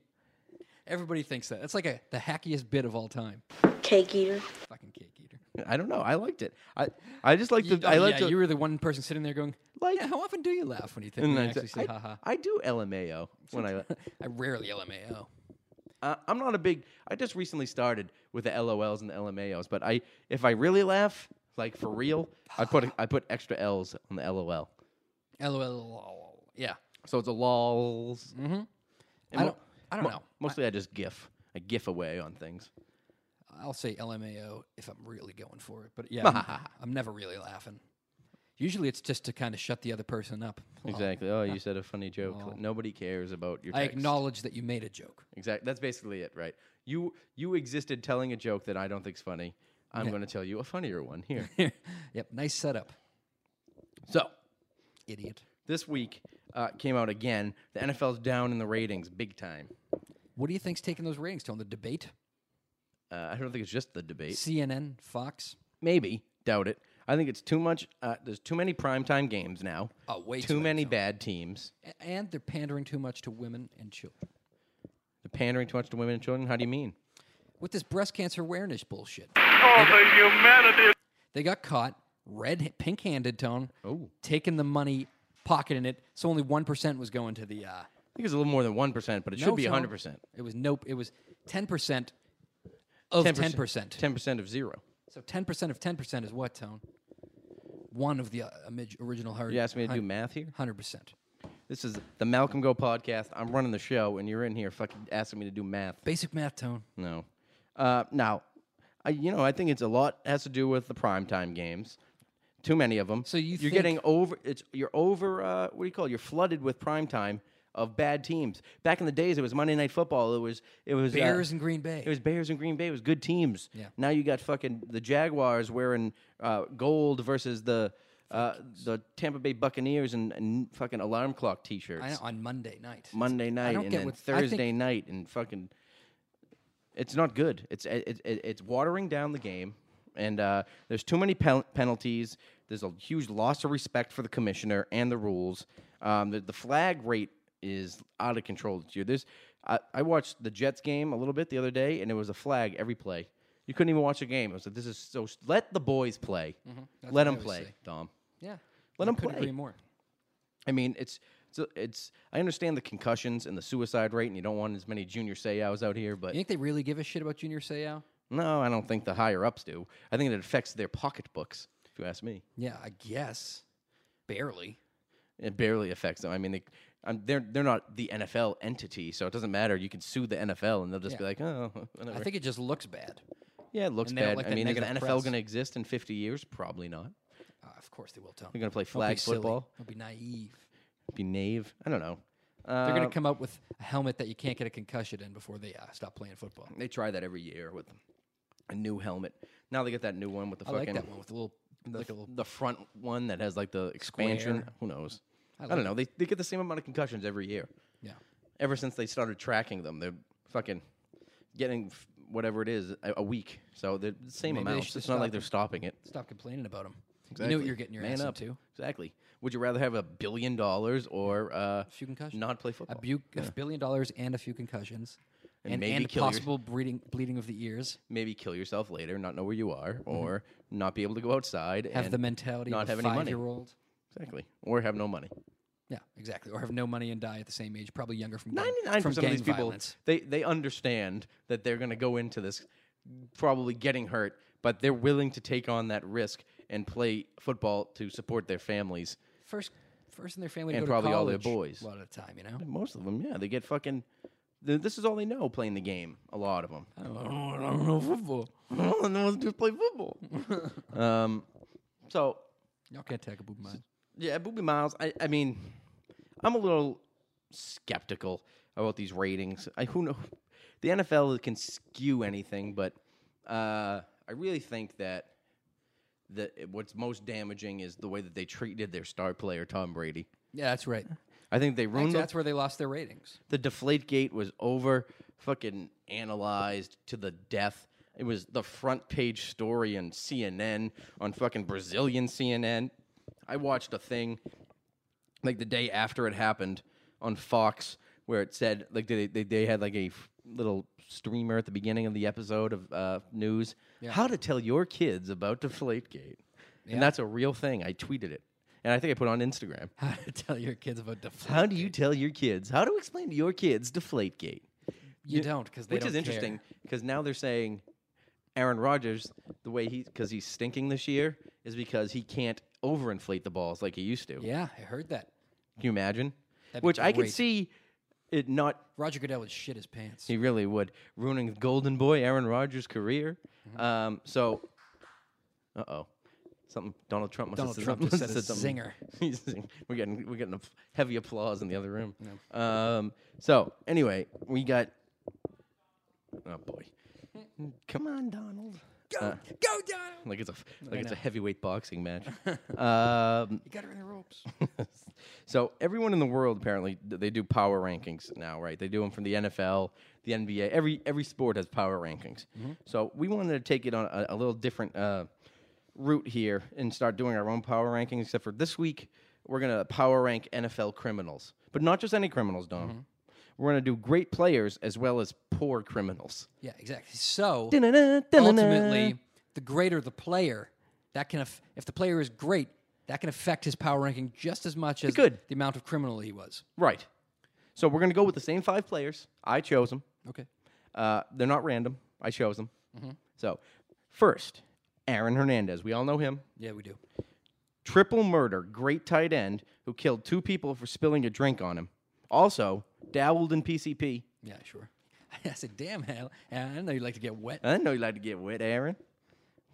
S4: Everybody thinks that. That's like a, the hackiest bit of all time.
S10: Cake eater.
S4: Fucking cake eater.
S3: I don't know. I liked it. I I just like the
S4: You- oh,
S3: I like
S4: yeah,
S3: the
S4: you were the one person sitting there going,
S3: Like-
S4: like, how often do you laugh when you
S3: *laughs*
S4: think
S3: and
S4: when you
S3: I
S4: actually
S3: said, I-
S4: say haha?
S3: I do LMAO when
S4: *laughs*
S3: I
S4: I rarely LMAO.
S3: uh, I'm not a big I just recently started with the LOLs and the LMAOs, but I if I really laugh like for real, I put I put extra L's on the LOL.
S4: LOL. Yeah.
S3: So it's a lols. Mm-hmm.
S4: I don't, I don't know.
S3: Mostly I just gif. I gif away on things.
S4: I'll say LMAO if I'm really going for it. But yeah, I'm, I'm never really laughing. Usually it's just to kind of shut the other person up. Well,
S3: Exactly. Oh, you said a funny joke. Nobody cares about your.
S4: I
S3: Text.
S4: acknowledge that you made a joke. *laughs*
S3: Exactly. That's basically it, right? You you existed telling a joke that I don't think's funny. I'm going to tell you a funnier one here. *laughs*
S4: yep. Nice setup.
S3: so
S4: Idiot.
S3: this week uh, came out again. The NFL's down in the ratings, big time.
S4: What do you think's taking those ratings, Tone? The debate?
S3: Uh, I don't think it's just the debate.
S4: CNN, Fox?
S3: Maybe doubt it. I think it's too much. Uh, there's too many primetime games now.
S4: Oh, way
S3: too
S4: too many
S3: many
S4: songs.
S3: bad teams.
S4: A- And they're pandering too much to women and children.
S3: They're pandering too much to women and children? How do you mean?
S4: with this breast cancer awareness bullshit.
S2: Oh, the humanity.
S4: They got caught red, pink handed, Tone,
S3: Oh.
S4: taking the money, pocketing it. So only 1% was going to the. Uh,
S3: I think it's a little more than 1%, but it
S4: no,
S3: should be
S4: Tone.
S3: 100%.
S4: It was nope. It was 10% of 10%.
S3: 10% of zero.
S4: So 10% of 10% is what, Tone? One of the uh, imig- original hard.
S3: You asked me to do math here?
S4: 100%.
S3: This is the Malcolm Go podcast. I'm running the show, and you're in here fucking asking me to do math.
S4: Basic math, Tone.
S3: No. Uh, now, I, you know, I think it's a lot has to do with the primetime games. Too many of them.
S4: So you
S3: you're
S4: think-
S3: getting over. It's you're over. Uh, what do you call? it? You're flooded with primetime of bad teams. Back in the days, it was Monday Night Football. It was it was uh,
S4: Bears and Green Bay.
S3: It was Bears and Green Bay. It was good teams.
S4: Yeah.
S3: Now you got fucking the Jaguars wearing uh, gold versus the. Uh, the Tampa Bay Buccaneers and, and fucking alarm clock T-shirts.
S4: I know, on Monday night.
S3: Monday
S4: I
S3: night
S4: don't
S3: and
S4: get
S3: then
S4: what- I think-
S3: Thursday night and fucking. It's not good. It's it, it, it's watering down the game, and uh, there's too many pen- penalties. There's a huge loss of respect for the commissioner and the rules. Um, the, the flag rate is out of control this year. There's I, I watched the Jets game a little bit the other day, and it was a flag every play. You couldn't even watch a game. I was like, "This is so." s- Let the boys play. Let
S4: Mm-hmm. what I
S3: them
S4: always
S3: play,
S4: say.
S3: Dom.
S4: Yeah.
S3: Let
S4: I
S3: 'em
S4: couldn't
S3: play.
S4: agree more.
S3: I mean, it's it's, it's I understand the concussions and the suicide rate, and you don't want as many junior sayouts out here, but
S4: You think they really give a shit about Junior Seau?
S3: no, I don't think the higher ups do. I think it affects their pocketbooks, if you ask me.
S4: Yeah, I guess. Barely.
S3: It barely affects them. I mean, they, um, they're they're not the NFL entity, so it doesn't matter. You can sue the NFL, and they'll just be
S4: Yeah.
S3: like, oh, *laughs* whatever.
S4: I think it just looks bad.
S3: yeah, it looks
S4: and they don't
S3: bad.
S4: like
S3: I
S4: that
S3: mean, is the
S4: negative
S3: NFL
S4: press.
S3: going to exist in 50 years? Probably not.
S4: Uh, of course they will, Tom.
S3: They're going to play
S4: Don't be
S3: flag
S4: silly.
S3: football.
S4: Don't be naive.
S3: Be naive. I don't know.
S4: They're
S3: Uh,
S4: going to come up with a helmet that you can't get a concussion in before they uh, stop playing football.
S3: they try that every year with a new helmet. Now they get that new one with the
S4: I
S3: fucking
S4: like that one with a little,
S3: the,
S4: like a
S3: f-
S4: little.
S3: the front one that has like the expansion.
S4: Square.
S3: Who knows? I,
S4: like
S3: don't know. They, they get the same amount of concussions every year.
S4: Yeah,
S3: Ever since they started tracking them, they're fucking getting f- whatever it is a, a week. So they're the same
S4: Maybe they
S3: amount.
S4: should
S3: It's not like
S4: stop
S3: they're
S4: it.
S3: stopping it.
S4: stop complaining about them. You know what you're getting your
S3: Man
S4: ass
S3: up.
S4: up to.
S3: Exactly. Would you rather have a billion dollars or uh,
S4: few concussions.
S3: not play
S4: A,
S3: football?
S4: bu- a billion dollars and a few concussions,
S3: And
S4: and,
S3: maybe
S4: and
S3: kill your-
S4: possible bleeding bleeding of the ears.
S3: Maybe kill yourself later, not know where you are, or not be able to go outside.
S4: Mm-hmm. Have
S3: and
S4: the mentality
S3: not
S4: of
S3: have
S4: a
S3: any money.
S4: five-year-old.
S3: Exactly. Or have no money.
S4: Yeah, exactly. Or have no money and die at the same age. Probably younger from gang-
S3: Ninety-nine
S4: from
S3: percent of
S4: gang
S3: these people,
S4: violence.
S3: they they understand that they're going to go into this probably getting hurt, but they're willing to take on that risk and play football to support their families.
S4: First, first in their family to
S3: And
S4: go to
S3: probably all their
S4: college
S3: boys.
S4: A lot of the time, you know.
S3: Most of them, yeah, they get fucking. th- This is all they know playing the game. A lot of them. *laughs*
S4: I don't, know- I don't know football.
S3: All they know is to play
S4: *laughs*
S3: football. um, so
S4: Y'all can't tackle boob mine.
S3: Yeah, Booby Miles. I, I mean, I'm a little skeptical about these ratings. I who know the NFL can skew anything, but uh, I really think that that it- what's most damaging is the way that they treated their star player Tom Brady.
S4: Yeah,
S3: *laughs*
S4: that's right.
S3: I think they
S4: Actually,
S3: ruined the,
S4: that's where they lost their ratings. *laughs*
S3: the Deflate Gate was over fucking analyzed to the death. It was the front page story on CNN on fucking Brazilian CNN. I watched a thing like the day after it happened on Fox, where it said like they they, they had like a f- little streamer at the beginning of the episode of uh, news how to tell your kids about *laughs* Deflategate, and that's a real thing. I tweeted it, and I think I put it on Instagram.
S4: How to tell your kids about deflate?
S3: How do you tell your kids? How to explain to your kids Deflategate?
S4: You don't because they
S3: Which
S4: don't
S3: is interesting
S4: care.
S3: because now they're saying Aaron Rodgers, the way he because he's stinking this year is because he can't overinflate the balls like he used to.
S4: Yeah, I heard that.
S3: Can you imagine?
S4: That'd be
S3: Which I could
S4: great.
S3: see it not.
S4: Roger Goodell would shit his pants.
S3: He really would ruining Golden Boy Aaron Rodgers' career.
S4: Mm-hmm.
S3: Um, so, uh oh, something Donald Trump *laughs* must
S4: Donald
S3: have said
S4: Trump
S3: something-
S4: just said a
S3: something.
S4: zinger.
S3: He's singing. we're getting we're getting a f- heavy applause in the other room. Um, so anyway, we got. Oh
S4: *laughs*
S3: boy, come on, Donald! Go,
S4: Go, Donald.
S3: Like it's a f- like it's a heavyweight boxing
S4: *laughs*
S3: match. um,
S4: You got her in the ropes.
S3: so everyone in the world apparently th- they do power rankings now, right? They do them from the NFL, the NBA. Every every sport has power rankings. So we wanted to take it on a, a little different uh, route here and start doing our own power rankings. Except for this week, we're gonna power rank NFL criminals, but not just any criminals, Dom. We're going to do great players as well as poor criminals.
S4: Yeah, exactly. So
S3: Dun-dun-dun, dun-dun-dun.
S4: ultimately, the greater the player, that can aff- if the player is great, that can affect his power ranking just as much as
S3: good.
S4: the amount of criminal he was.
S3: Right. So we're going to go with the same five players. I chose them.
S4: Okay.
S3: Uh, they're not random. I chose them. So, first, Aaron Hernandez. We all know him.
S4: Yeah, we do.
S3: Triple murder, great tight end who killed two people for spilling a drink on him. Also, dabbled in PCP.
S4: Yeah, sure. *laughs* I said, damn, Al, Al, I know you like to get wet.
S3: I didn't know you like to get wet, Aaron.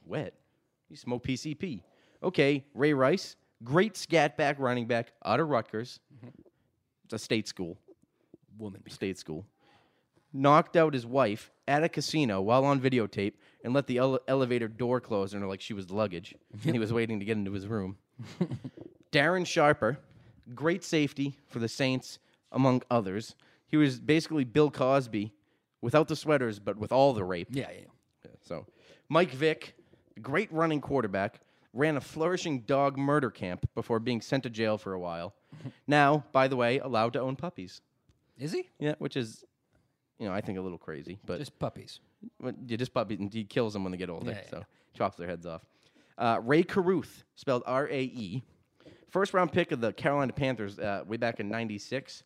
S3: Wet. You smoke PCP. Okay, Ray Rice, great scat back running back out of Rutgers. It's a state school.
S4: Woman.
S3: State school. Knocked out his wife at a casino while on videotape and let the ele- elevator door close on her like she was luggage.
S4: *laughs*
S3: and he was waiting to get into his room. Darren Sharper, great safety for the Saints, among others. He was basically Bill Cosby without the sweaters, but with all the rape.
S4: Yeah, yeah, yeah.
S3: So, Mike Vick, great running quarterback, ran a flourishing dog murder camp before being sent to jail for a while. now, by the way, allowed to own puppies.
S4: Is he?
S3: Yeah, which is, you know, I think a little crazy, but
S4: Just puppies.
S3: but you just puppies and he kills them when they get older,
S4: Yeah, yeah,
S3: so chops their heads off. Uh, Ray Caruth, spelled R A E, first round pick of the Carolina Panthers uh, way back in '96.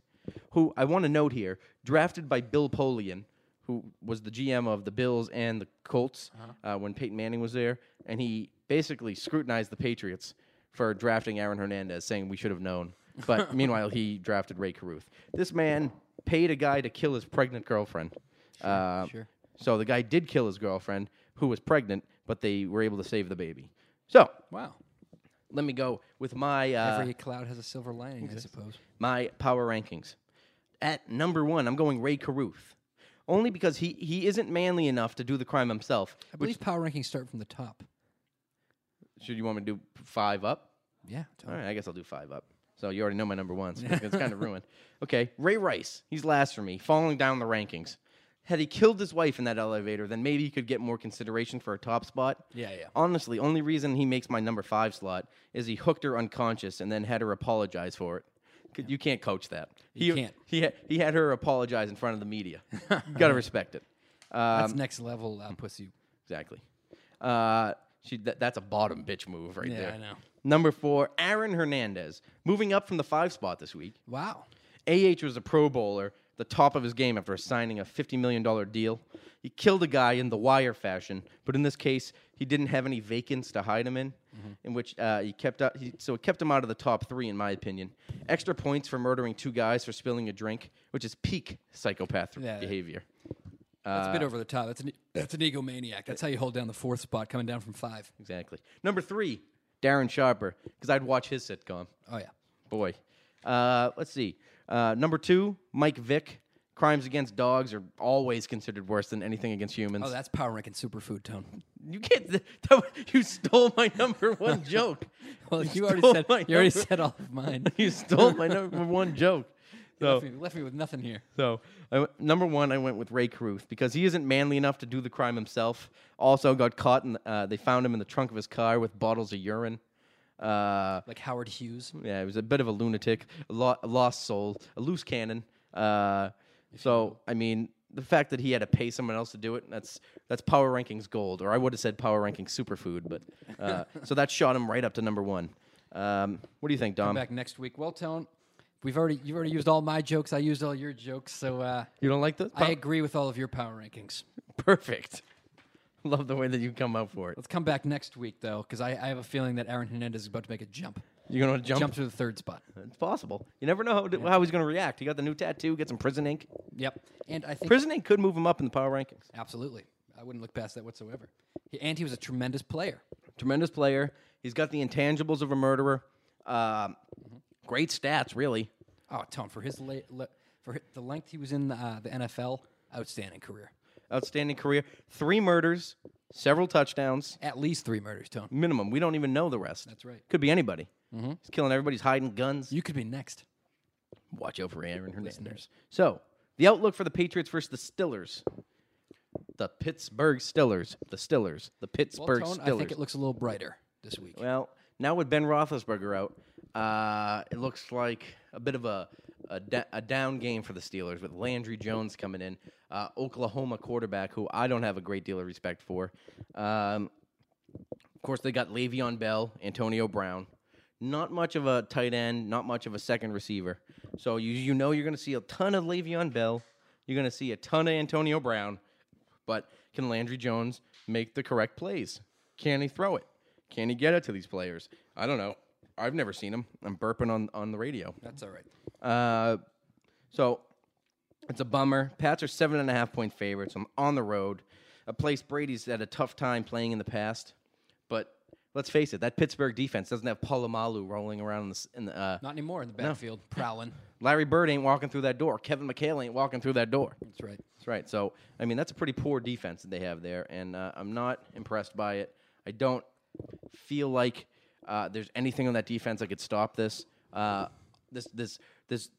S3: Who I want to note here, drafted by Bill Polian, who was the GM of the Bills and the Colts
S4: Uh-huh.
S3: uh, when Peyton Manning was there, and he basically scrutinized the Patriots for drafting Aaron Hernandez, saying we should have known.
S4: *laughs*
S3: But meanwhile, he drafted Ray Caruth. This man paid a guy to kill his pregnant girlfriend. Uh,
S4: sure.
S3: so the guy did kill his girlfriend, who was pregnant, but they were able to save the baby. So
S4: Wow.
S3: let me go with my uh,
S4: Every cloud has a silver lining, I suppose.
S3: my power rankings. At number one, I'm going Ray Caruth, only because he he isn't manly enough to do the crime himself.
S4: I believe power rankings start from the top.
S3: Should you want me to do five up?
S4: Yeah.
S3: All right, I guess I'll do five up. So you already know my number one, so it's
S4: *laughs*
S3: kind of ruined. Okay, Ray Rice. He's last for me, falling down the rankings. Had he killed his wife in that elevator, then maybe he could get more consideration for a top spot.
S4: Yeah, yeah.
S3: Honestly, only reason he makes my number five slot is he hooked her unconscious and then had her apologize for it. 'Cause You can't coach that.
S4: You
S3: he,
S4: can't.
S3: He had, he had her apologize in front of the
S4: *laughs*
S3: media. you gotta respect it.
S4: That's
S3: Um,
S4: next level uh, pussy.
S3: Exactly. Uh, she, that, that's a bottom bitch move right
S4: Yeah,
S3: there.
S4: I know.
S3: Number four, Aaron Hernandez, moving up from the five spot this week.
S4: Wow.
S3: AH was a Pro Bowler, the top of his game after signing a $50 million deal. He killed a guy in the wire fashion, but in this case, he didn't have any vacants to hide him in,
S4: Mm-hmm.
S3: in which uh, he kept out, he, so it kept him out of the top three, in my opinion. Extra points for murdering two guys for spilling a drink, which is peak psychopath
S4: Yeah.
S3: behavior.
S4: That's a
S3: uh,
S4: bit over the top. That's an, e, that's an egomaniac. That's how you hold down the fourth spot coming down from five.
S3: Exactly. Number three, Darren Sharper, because I'd watch his sitcom.
S4: Oh, yeah.
S3: Boy. Uh, let's see. Uh, number two, Mike Vick. Crimes against dogs are always considered worse than anything against humans.
S4: Oh, that's power ranking superfood tone. *laughs*
S3: you can't. That, that- *laughs* you stole my number one joke.
S4: Well, you already
S3: stole
S4: said
S3: Oh my
S4: you already
S3: number-
S4: said all of mine.
S3: *laughs* You stole my number one joke. So,
S4: left, me, left me with nothing here.
S3: so I went- number one, I went with Ray Caruth because he isn't manly enough to do the crime himself. Also, got caught and uh, they found him in the trunk of his car with bottles of urine. Uh,
S4: Like Howard Hughes.
S3: Yeah, he was a bit of a lunatic, a, lo- a lost soul, a loose cannon. Uh, so I mean, the fact that he had to pay someone else to do it, that's that's power rankings gold, or I would have said power rankings superfood, but
S4: *laughs*
S3: uh, so that shot him right up to number one. Um, what do you think, Dom?
S4: Back next week. Well, Tone, we've already you've already used all my jokes. I used all your jokes, so uh,
S3: You don't like this?
S4: I agree with all of your power rankings.
S3: Perfect. *laughs* Love the way that you come up for it.
S4: Let's come back next week though, because I, I have a feeling that Aaron Hernandez is about to make a jump,
S3: You gonna jump? Uh,
S4: jump to the third spot.
S3: It's possible. You never know how, how he's gonna react. He got the new tattoo. Get some prison ink.
S4: Yep, and I think
S3: Prison ink could move him up in the power rankings.
S4: absolutely, I wouldn't look past that whatsoever. He, and he was a tremendous player.
S3: tremendous player. He's got the intangibles of a murderer. Um, great stats, really.
S4: Oh, Tone, for his la- le- for hi- the length he was in uh, the NFL, outstanding career.
S3: Outstanding career. Three murders, several touchdowns,
S4: At least three murders, Tone.
S3: minimum. We don't even know the rest.
S4: That's right. Mm-hmm.
S3: Could be anybody. He's killing everybody. He's hiding guns.
S4: You could be next.
S3: Watch out for Aaron Hernandez. So, the outlook for the Patriots versus the Stillers. The Pittsburgh Stillers. The Stillers. The Pittsburgh
S4: Tone, I
S3: Stillers.
S4: think it looks a little brighter this week.
S3: Well, now with Ben Roethlisberger out, uh, it looks like a bit of a, a, da- a down game for the Steelers with Landry Jones coming in, uh, Oklahoma quarterback who I don't have a great deal of respect for. Um, of course, they got Le'Veon Bell, Antonio Brown. Not much of a tight end, not much of a second receiver. So you you know you're going to see a ton of Le'Veon Bell. You're going to see a ton of Antonio Brown. But can Landry Jones make the correct plays? Can he throw it? Can he get it to these players? I don't know. I've never seen him. I'm burping on, on the radio.
S4: That's all right.
S3: Uh, so it's a bummer. Pats are seven and a half point favorites. I'm on the road, a place Brady's had a tough time playing in the past. But let's face it, that Pittsburgh defense doesn't have Palomalu rolling around in the, s- in the uh,
S4: Not anymore in the backfield, prowling.
S3: Larry Bird ain't walking through that door. Kevin McHale ain't walking through that door.
S4: That's right.
S3: That's right. So I mean, that's a pretty poor defense that they have there, and uh, I'm not impressed by it. I don't feel like uh, there's anything on that defense that could stop this uh, this this this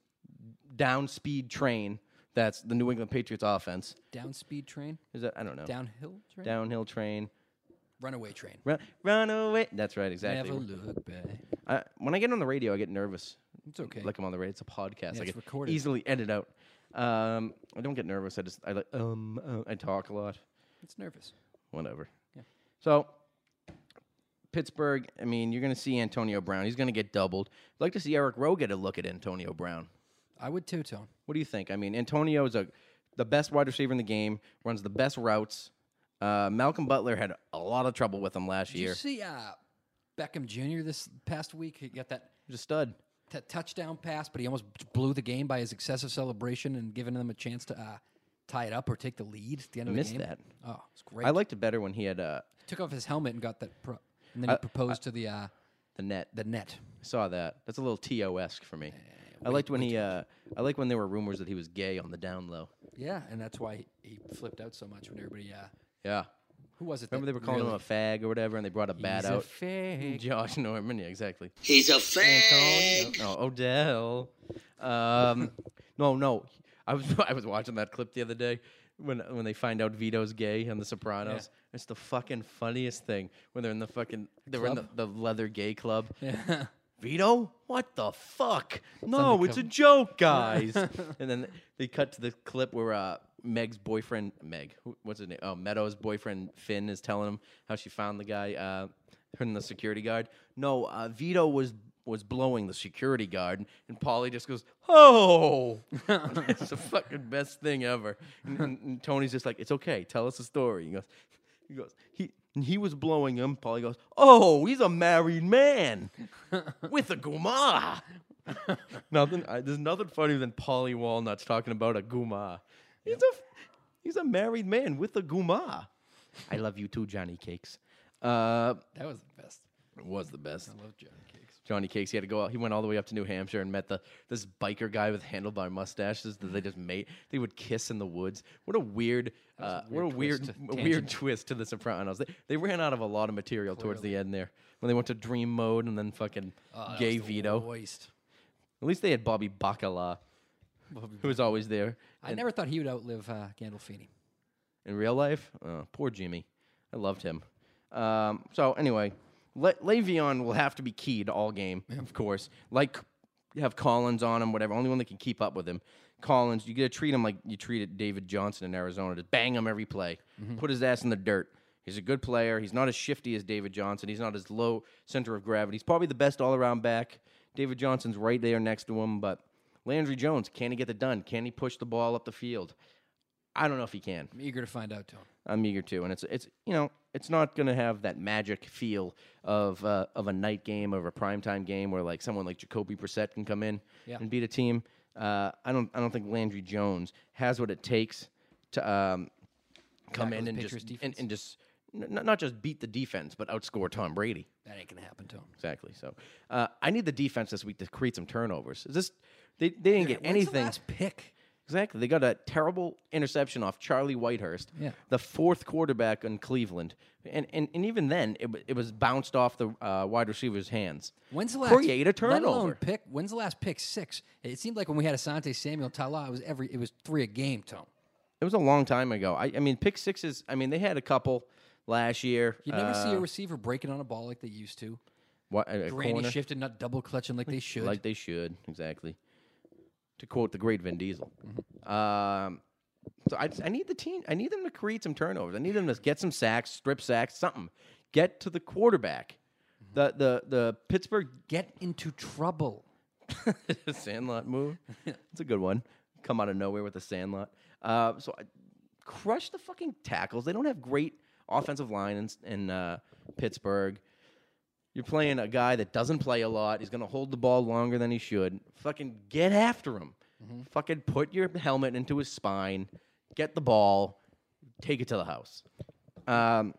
S3: down speed train that's the New England Patriots offense.
S4: Down speed train,
S3: Is that I don't know
S4: downhill train,
S3: downhill train.
S4: runaway train.
S3: Run, run away. That's right,
S4: Never
S3: exactly.
S4: look back.
S3: I, when I get on the radio, I get nervous.
S4: It's okay.
S3: Like I'm on the radio. It's a podcast.
S4: Yeah,
S3: I
S4: it's
S3: can
S4: recorded.
S3: easily edit out. Um, I don't get nervous. I just I like um uh, I talk a lot.
S4: it's nervous.
S3: whatever. So Pittsburgh, I mean, you're going to see Antonio Brown. He's going to get doubled. I'd like to see Eric Rowe get a look at Antonio Brown.
S4: I would too, Tone.
S3: What do you think? I mean, Antonio is a the best wide receiver in the game. Runs the best routes. Uh, Malcolm Butler had a lot of trouble with him last
S4: Did
S3: year.
S4: you see uh, Beckham Jr. this past week? He got that
S3: He's a stud.
S4: that touchdown pass, but he almost blew the game by his excessive celebration and giving them a chance to uh, tie it up or take the lead at the end of
S3: missed
S4: the game.
S3: that.
S4: Oh, it's great.
S3: I liked it better when he had uh,
S4: Took off his helmet and got that, pro- and then he proposed to the uh,
S3: the net.
S4: the net.
S3: I saw that. That's a little to esque for
S4: Eh,
S3: me. I liked when he. Uh, I like when there were rumors that he was gay on the down low.
S4: Yeah, and that's why he, he flipped out so much when everybody. Uh,
S3: Yeah.
S4: who was it?
S3: Remember
S4: that
S3: they were calling him
S4: really-
S3: a fag or whatever, and they brought a bat
S4: He's a
S3: out. *laughs*
S4: fake.
S3: Josh Norman, yeah, *laughs* exactly.
S5: He's a fag.
S3: No, Oh, Odell. Um, no, no. I was *laughs* I was watching that clip the other day when when they find out Vito's gay on The Sopranos. It's the fucking funniest thing when they're in the fucking they're in
S4: club?
S3: the, the leather gay club.
S4: Yeah.
S3: Vito, what the fuck? No, it's a joke, guys. and then they cut to the clip where uh, Meg's boyfriend, Meg, who- what's his name? Oh, Meadows' boyfriend Finn is telling him how she found the guy, uh, her and the security guard. No, uh, Vito was was blowing the security guard, and Polly just goes, "Oh, it's the fucking best thing ever." And, and- and Tony's just like, "It's okay, tell us the story." He goes, "He goes, he." and He was blowing him. Polly goes, "Oh, he's a married man." with a guma. *laughs* nothing. I, there's nothing funnier than Polly Walnuts talking about a guma. He's a f- he's a married man with a guma. I love you too, Johnny Cakes. Uh,
S4: That was the best.
S3: it was the best.
S4: I love Johnny Cakes.
S3: Johnny Cakes. He had to go out. He went all the way up to New Hampshire and met the this biker guy with handlebar mustaches that they just made. They would kiss in the woods. What a weird, uh, what a weird,
S4: twist to-
S3: a weird
S4: tangent.
S3: twist to The Sopranos. They, they ran out of a lot of material towards the end there when they went to dream mode and then fucking
S4: Ah,
S3: gay Vito.
S4: Moist.
S3: At least they had Bobby Bacala, who was always there.
S4: I never thought he would outlive uh, Gandolfini.
S3: In real life, oh, poor Jimmy. I loved him. Um, so anyway, Le- Le'Veon will have to be keyed all game, of course. Like you have Collins on him, whatever. Only one that can keep up with him. Collins, you gotta treat him like you treated David Johnson in Arizona. Just bang him every play. Put his ass in the dirt. He's a good player. He's not as shifty as David Johnson. He's not as low center of gravity. He's probably the best all around back. David Johnson's right there next to him, but Landry Jones, can he get it done? Can he push the ball up the field? I don't know if he can.
S4: I'm eager to find out, Tone.
S3: I'm eager to, and it's it's you know it's not gonna have that magic feel of uh, of a night game of a primetime game where like someone like Jacoby Brissett can come in
S4: Yeah.
S3: and beat a team. Uh, I don't I don't think Landry Jones has what it takes to um, come
S4: Tackle
S3: in
S4: the
S3: and
S4: Patriots
S3: just and,
S4: defense.
S3: and just n- not just beat the defense but outscore Tom Brady
S4: That ain't gonna happen, Tone.
S3: exactly. So uh, I need the defense this week to create some turnovers. Is this they, they didn't get anything.
S4: last pick.
S3: Exactly. They got a terrible interception off Charlie Whitehurst,
S4: Yeah.
S3: the fourth quarterback in Cleveland. And, and, and even then, it, wa- it was bounced off the uh, wide receiver's hands.
S4: When's the last
S3: Create a
S4: Let alone
S3: turnover.
S4: pick? When's the last pick? Six. It seemed like when we had Asante Samuel Tala, it was every it was three a game, Tone.
S3: It was a long time ago. I, I mean, pick sixes, I mean, they had a couple last year.
S4: You never see
S3: uh,
S4: a receiver breaking on a ball like they used to.
S3: wa- a- a
S4: Granny
S3: corner,
S4: shifted, not double clutching like they should.
S3: Like they should, exactly. to quote the great Vin Diesel. Um, so I, just- I need the team. I need them to create some turnovers. I need them to get some sacks, strip sacks, something. Get to the quarterback. The the the Pittsburgh
S4: Get into trouble.
S3: *laughs* Sandlot move. It's a good one. Come out of nowhere with a Sandlot. Uh, so I crush the fucking tackles. They don't have great offensive line in, s- in uh, Pittsburgh. You're playing a guy that doesn't play a lot. He's going to hold the ball longer than he should. Fucking get after him. Fucking put your helmet into his spine. Get the ball. Take it to the house. Um,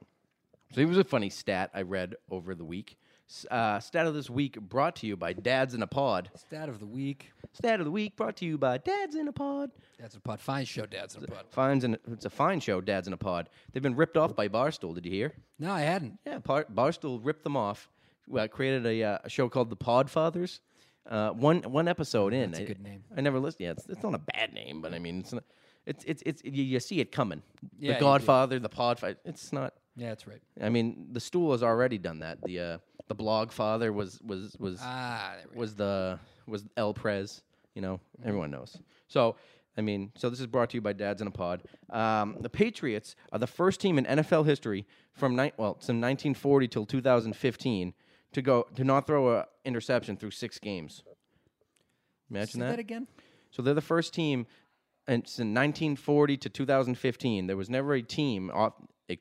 S3: so it was a funny stat I read over the week. S- Uh, stat of this week brought to you by Dads in a Pod.
S4: Stat of the week.
S3: Stat of the week brought to you by Dads in a Pod.
S4: That's a pod. Fine show, Dad's in a pod.
S3: Finds in it's a fine show, Dads in a Pod. They've been ripped off by Barstool. Did you hear?
S4: No, I hadn't.
S3: Yeah, Par- Barstool ripped them off. Well, created a, uh, a show called The Podfathers. Uh, one one episode in. That's
S4: a good name.
S3: I never listened. Yeah, it's, it's not a bad name, but I mean, it's not, it's it's it's you, you see it coming.
S4: Yeah, you
S3: the
S4: do.
S3: Godfather, the Podfather. It's not.
S4: Yeah, that's right.
S3: I mean, the stool has already done that. The uh, the blog father was was was
S4: Ah, there we go. Mm-hmm.
S3: was the was El Prez. You know, everyone knows. So I mean, so this is brought to you by Dads in a Pod. Um, the Patriots are the first team in NFL history from ni- well, from 1940 till 2015 to go to not throw a interception through six games.
S4: Say
S3: Imagine
S4: that again.
S3: so they're the first team, and since 1940 to 2015, there was never a team off a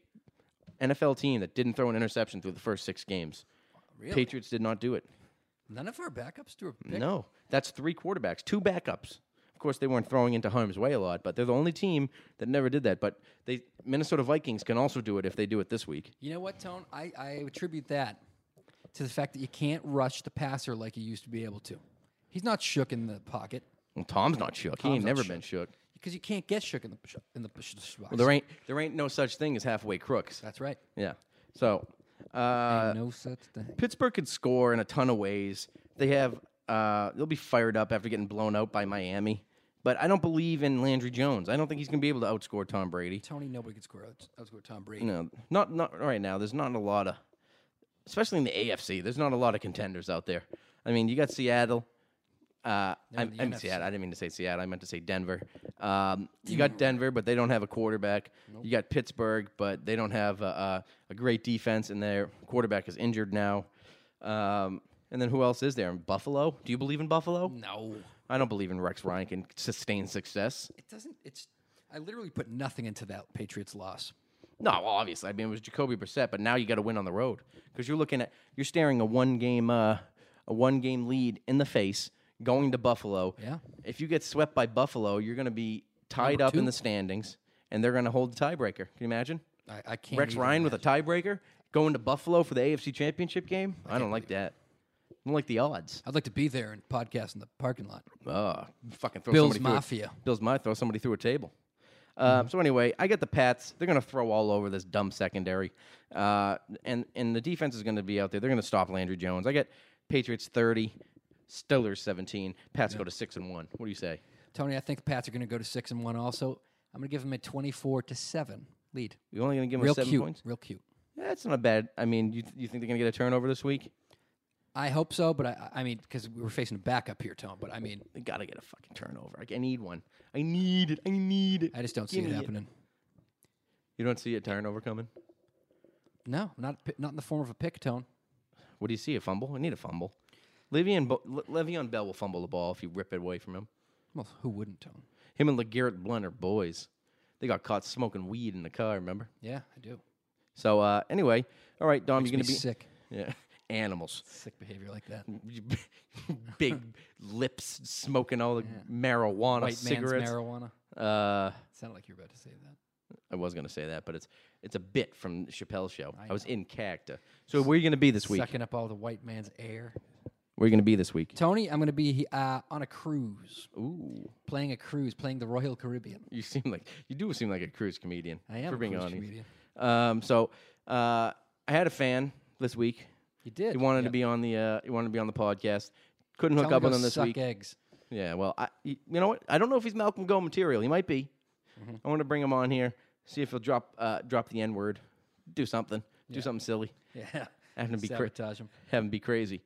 S3: NFL team that didn't throw an interception through the first six games.
S4: Really?
S3: Patriots did not do it.
S4: None of our backups threw a pick.
S3: No, that's three quarterbacks, two backups. Of course, they weren't throwing into harm's way a lot, but they're the only team that never did that. But they Minnesota Vikings can also do it if they do it this week.
S4: You know what, Tone? I, I attribute that to the fact that you can't rush the passer like you used to be able to. He's not shook in the pocket
S3: Well, Tom's not shook. he
S4: Tom's
S3: ain't
S4: not
S3: never
S4: shook.
S3: been shook.
S4: because you can't get shook in the in the. Well,
S3: There ain't there ain't no such thing as halfway crooks.
S4: That's right.
S3: Yeah. So. Uh,
S4: no such thing.
S3: Pittsburgh could score in a ton of ways. They have uh, they'll be fired up after getting blown out by Miami. But I don't believe in Landry Jones. I don't think he's going to be able to outscore Tom Brady.
S4: Tony, nobody could score. out- outscore Tom Brady.
S3: No, not not right now. There's not a lot of, especially in the AFC. There's not a lot of contenders out there. I mean, you got Seattle. Uh, I'm,
S4: the
S3: I'm
S4: NFC.
S3: Seattle. I didn't mean to say Seattle. I meant to say Denver. Um, you got Denver, but they don't have a quarterback. You got Pittsburgh, but they don't have a, a, a great defense, and their quarterback is injured now. Um, and then who else is there? Buffalo? Do you believe in Buffalo?
S4: No,
S3: I don't believe in Rex Ryan can sustain success.
S4: it doesn't. It's. I literally put nothing into that Patriots loss.
S3: No, well, obviously. I mean, it was Jacoby Brissett, but now you got to win on the road because you're looking at you're staring a one game uh, a one game lead in the face going to Buffalo.
S4: Yeah.
S3: If you get swept by Buffalo, you're going to be tied up in
S4: two.
S3: the standings, and they're going to hold the tiebreaker. Can you imagine?
S4: I, I can't.
S3: Rex
S4: even
S3: Ryan
S4: imagine.
S3: with a tiebreaker going to Buffalo for the AFC Championship game. I, don't like that. I don't like the odds.
S4: I'd like to be there and podcast in the parking lot.
S3: Oh, fucking throw
S4: Bills
S3: somebody through a-
S4: Mafia. Mm-hmm.
S3: Bills Mafia. Throw somebody through a table. Uh, So anyway, I get the Pats. They're going to throw all over this dumb secondary, uh, and and the defense is going to be out there. They're going to stop Landry Jones. I get Patriots thirty, Steelers seventeen. Pats go to six and one. What do you say?
S4: Tony, I think the Pats are going to go to six and one. Also, I'm going to give them a 24 to seven lead.
S3: You're only going to give them
S4: Real
S3: seven
S4: cute.
S3: points.
S4: Real cute.
S3: That's not bad. I mean, you you think they're going to get a turnover this week?
S4: I hope so, but I, I mean, because we were facing a backup here, Tom. But I mean,
S3: They got to get a fucking turnover. I, I need one. I need it. I need it.
S4: I just don't see
S3: Gimme
S4: it happening.
S3: You don't see a turnover coming.
S4: No, not pi- not in the form of a pick, Tone.
S3: What do you see? A fumble? I need a fumble. Le'Veon, Bo- Le- Le'Veon Bell will fumble the ball if you rip it away from him.
S4: Well, who wouldn't, Tone?
S3: Him and LeGarrette Blunt are boys. They got caught smoking weed in the car, remember?
S4: Yeah, I do.
S3: So uh, anyway, all right, Dom, you're
S4: Gonna
S3: gonna
S4: be
S3: be Mm, uh,
S4: sick,
S3: *laughs* Yeah, animals, *laughs*
S4: sick behavior like that. *laughs*
S3: big lips, smoking all the marijuana,
S4: White
S3: cigarettes.
S4: man's marijuana.
S3: uh,
S4: Sounded like you were about to say that.
S3: I was gonna say that, but it's it's a bit from Chappelle's show. I, was in character. So where are you gonna be this week?
S4: Sucking up all the white man's air.
S3: Where are you gonna be this week?
S4: Tony, I'm going to be uh, on a cruise,
S3: Ooh,
S4: playing a cruise, playing the Royal Caribbean.
S3: you seem like you do seem like a cruise comedian.
S4: I am
S3: for
S4: a
S3: being
S4: cruise
S3: honest.
S4: comedian.
S3: Um, so uh, I had a fan this week.
S4: You did.
S3: He wanted
S4: Yeah.
S3: to be on the uh, he wanted to be on the podcast. Couldn't hook
S4: Tell him
S3: up
S4: to
S3: with
S4: go
S3: him this
S4: suck
S3: week.
S4: eggs. *laughs*
S3: Yeah, well, I y- you know what? I don't know if he's Malcolm Go material. He might be.
S4: Mm-hmm.
S3: I want to bring him on here, see if he'll drop uh, drop the N word, do something, do something silly,
S4: Yeah.
S3: have him be cra-
S4: Sabotage him.
S3: have him be crazy.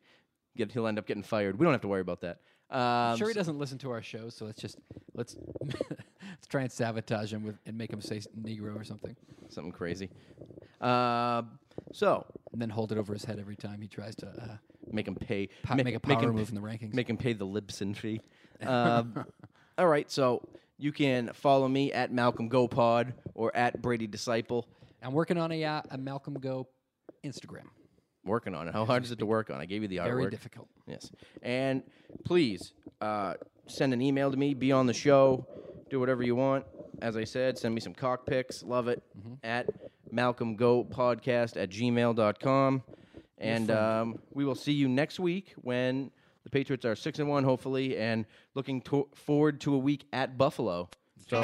S3: Get he'll end up getting fired. We don't have to worry about that. Um,
S4: sure, he doesn't listen to our show, so let's just let's *laughs* let's try and sabotage him with, and make him say s- Negro or something,
S3: something crazy. Uh, so
S4: and then hold it over his head every time he tries to. Uh,
S3: make him pay.
S4: Pa-
S3: ma-
S4: make a power move in the rankings.
S3: Make him pay the Libsyn fee. Um, *laughs* all right, so you can follow me at Malcolm GoPod or at Brady Disciple.
S4: I'm working on a, uh, a Malcolm Go Instagram.
S3: Working on it. How hard is it to work on? I gave you the artwork.
S4: Very difficult.
S3: Yes. And please uh, send an email to me, be on the show, do whatever you want. As I said, send me some cock pics. Love it. At malcolmgopodcast at gmail.com. And um, we will see you next week when the Patriots are 6 and 1, hopefully, and looking to- forward to a week at Buffalo. So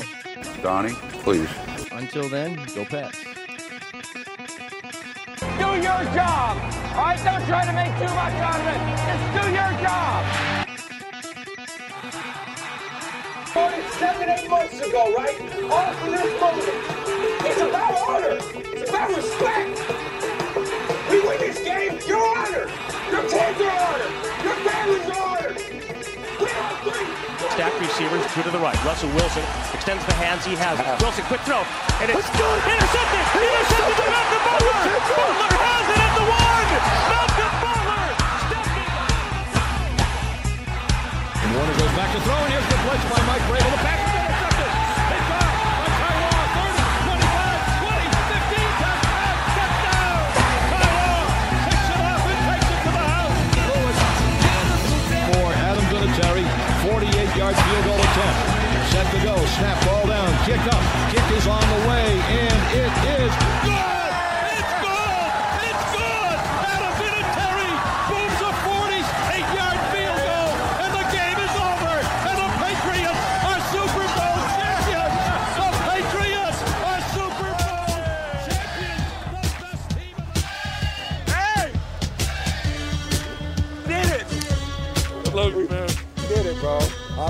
S6: Donnie, please.
S3: until then, go Pats.
S1: Do your job. All right, don't try to make too much out of it. Just do your job. Voted seven, eight months ago, right? All for this moment. It's about honor. It's about respect. We win this game. Your honor. Your kids are honored. Your families are honored. We are free.
S10: Stack receivers, two to the right. Russell Wilson extends the hands he has. Wilson, quick throw. And it's intercepted. Intercepted to Malcolm Butler. Butler has it at the one. Malcolm Butler. Warner goes back to throw, and here's the blitz by Mike Vrabel. The pass is intercepted. It's out by Kyle 30, 25, 20, 15, touchdown, touchdown. Kyle picks it up and takes it to the house. Lewis for Adam Vinatieri. 48-yard field goal attempt. Set to go. Snap ball down. Kick up. Kick is on the way, and it is good. It's good. It's good. Adam Vinatieri booms a 48-yard field goal, and the game is over. And the Patriots are Super Bowl champions. The Patriots are Super Bowl champions. The best team in the
S1: Hey! Did it.
S6: Did it, bro. I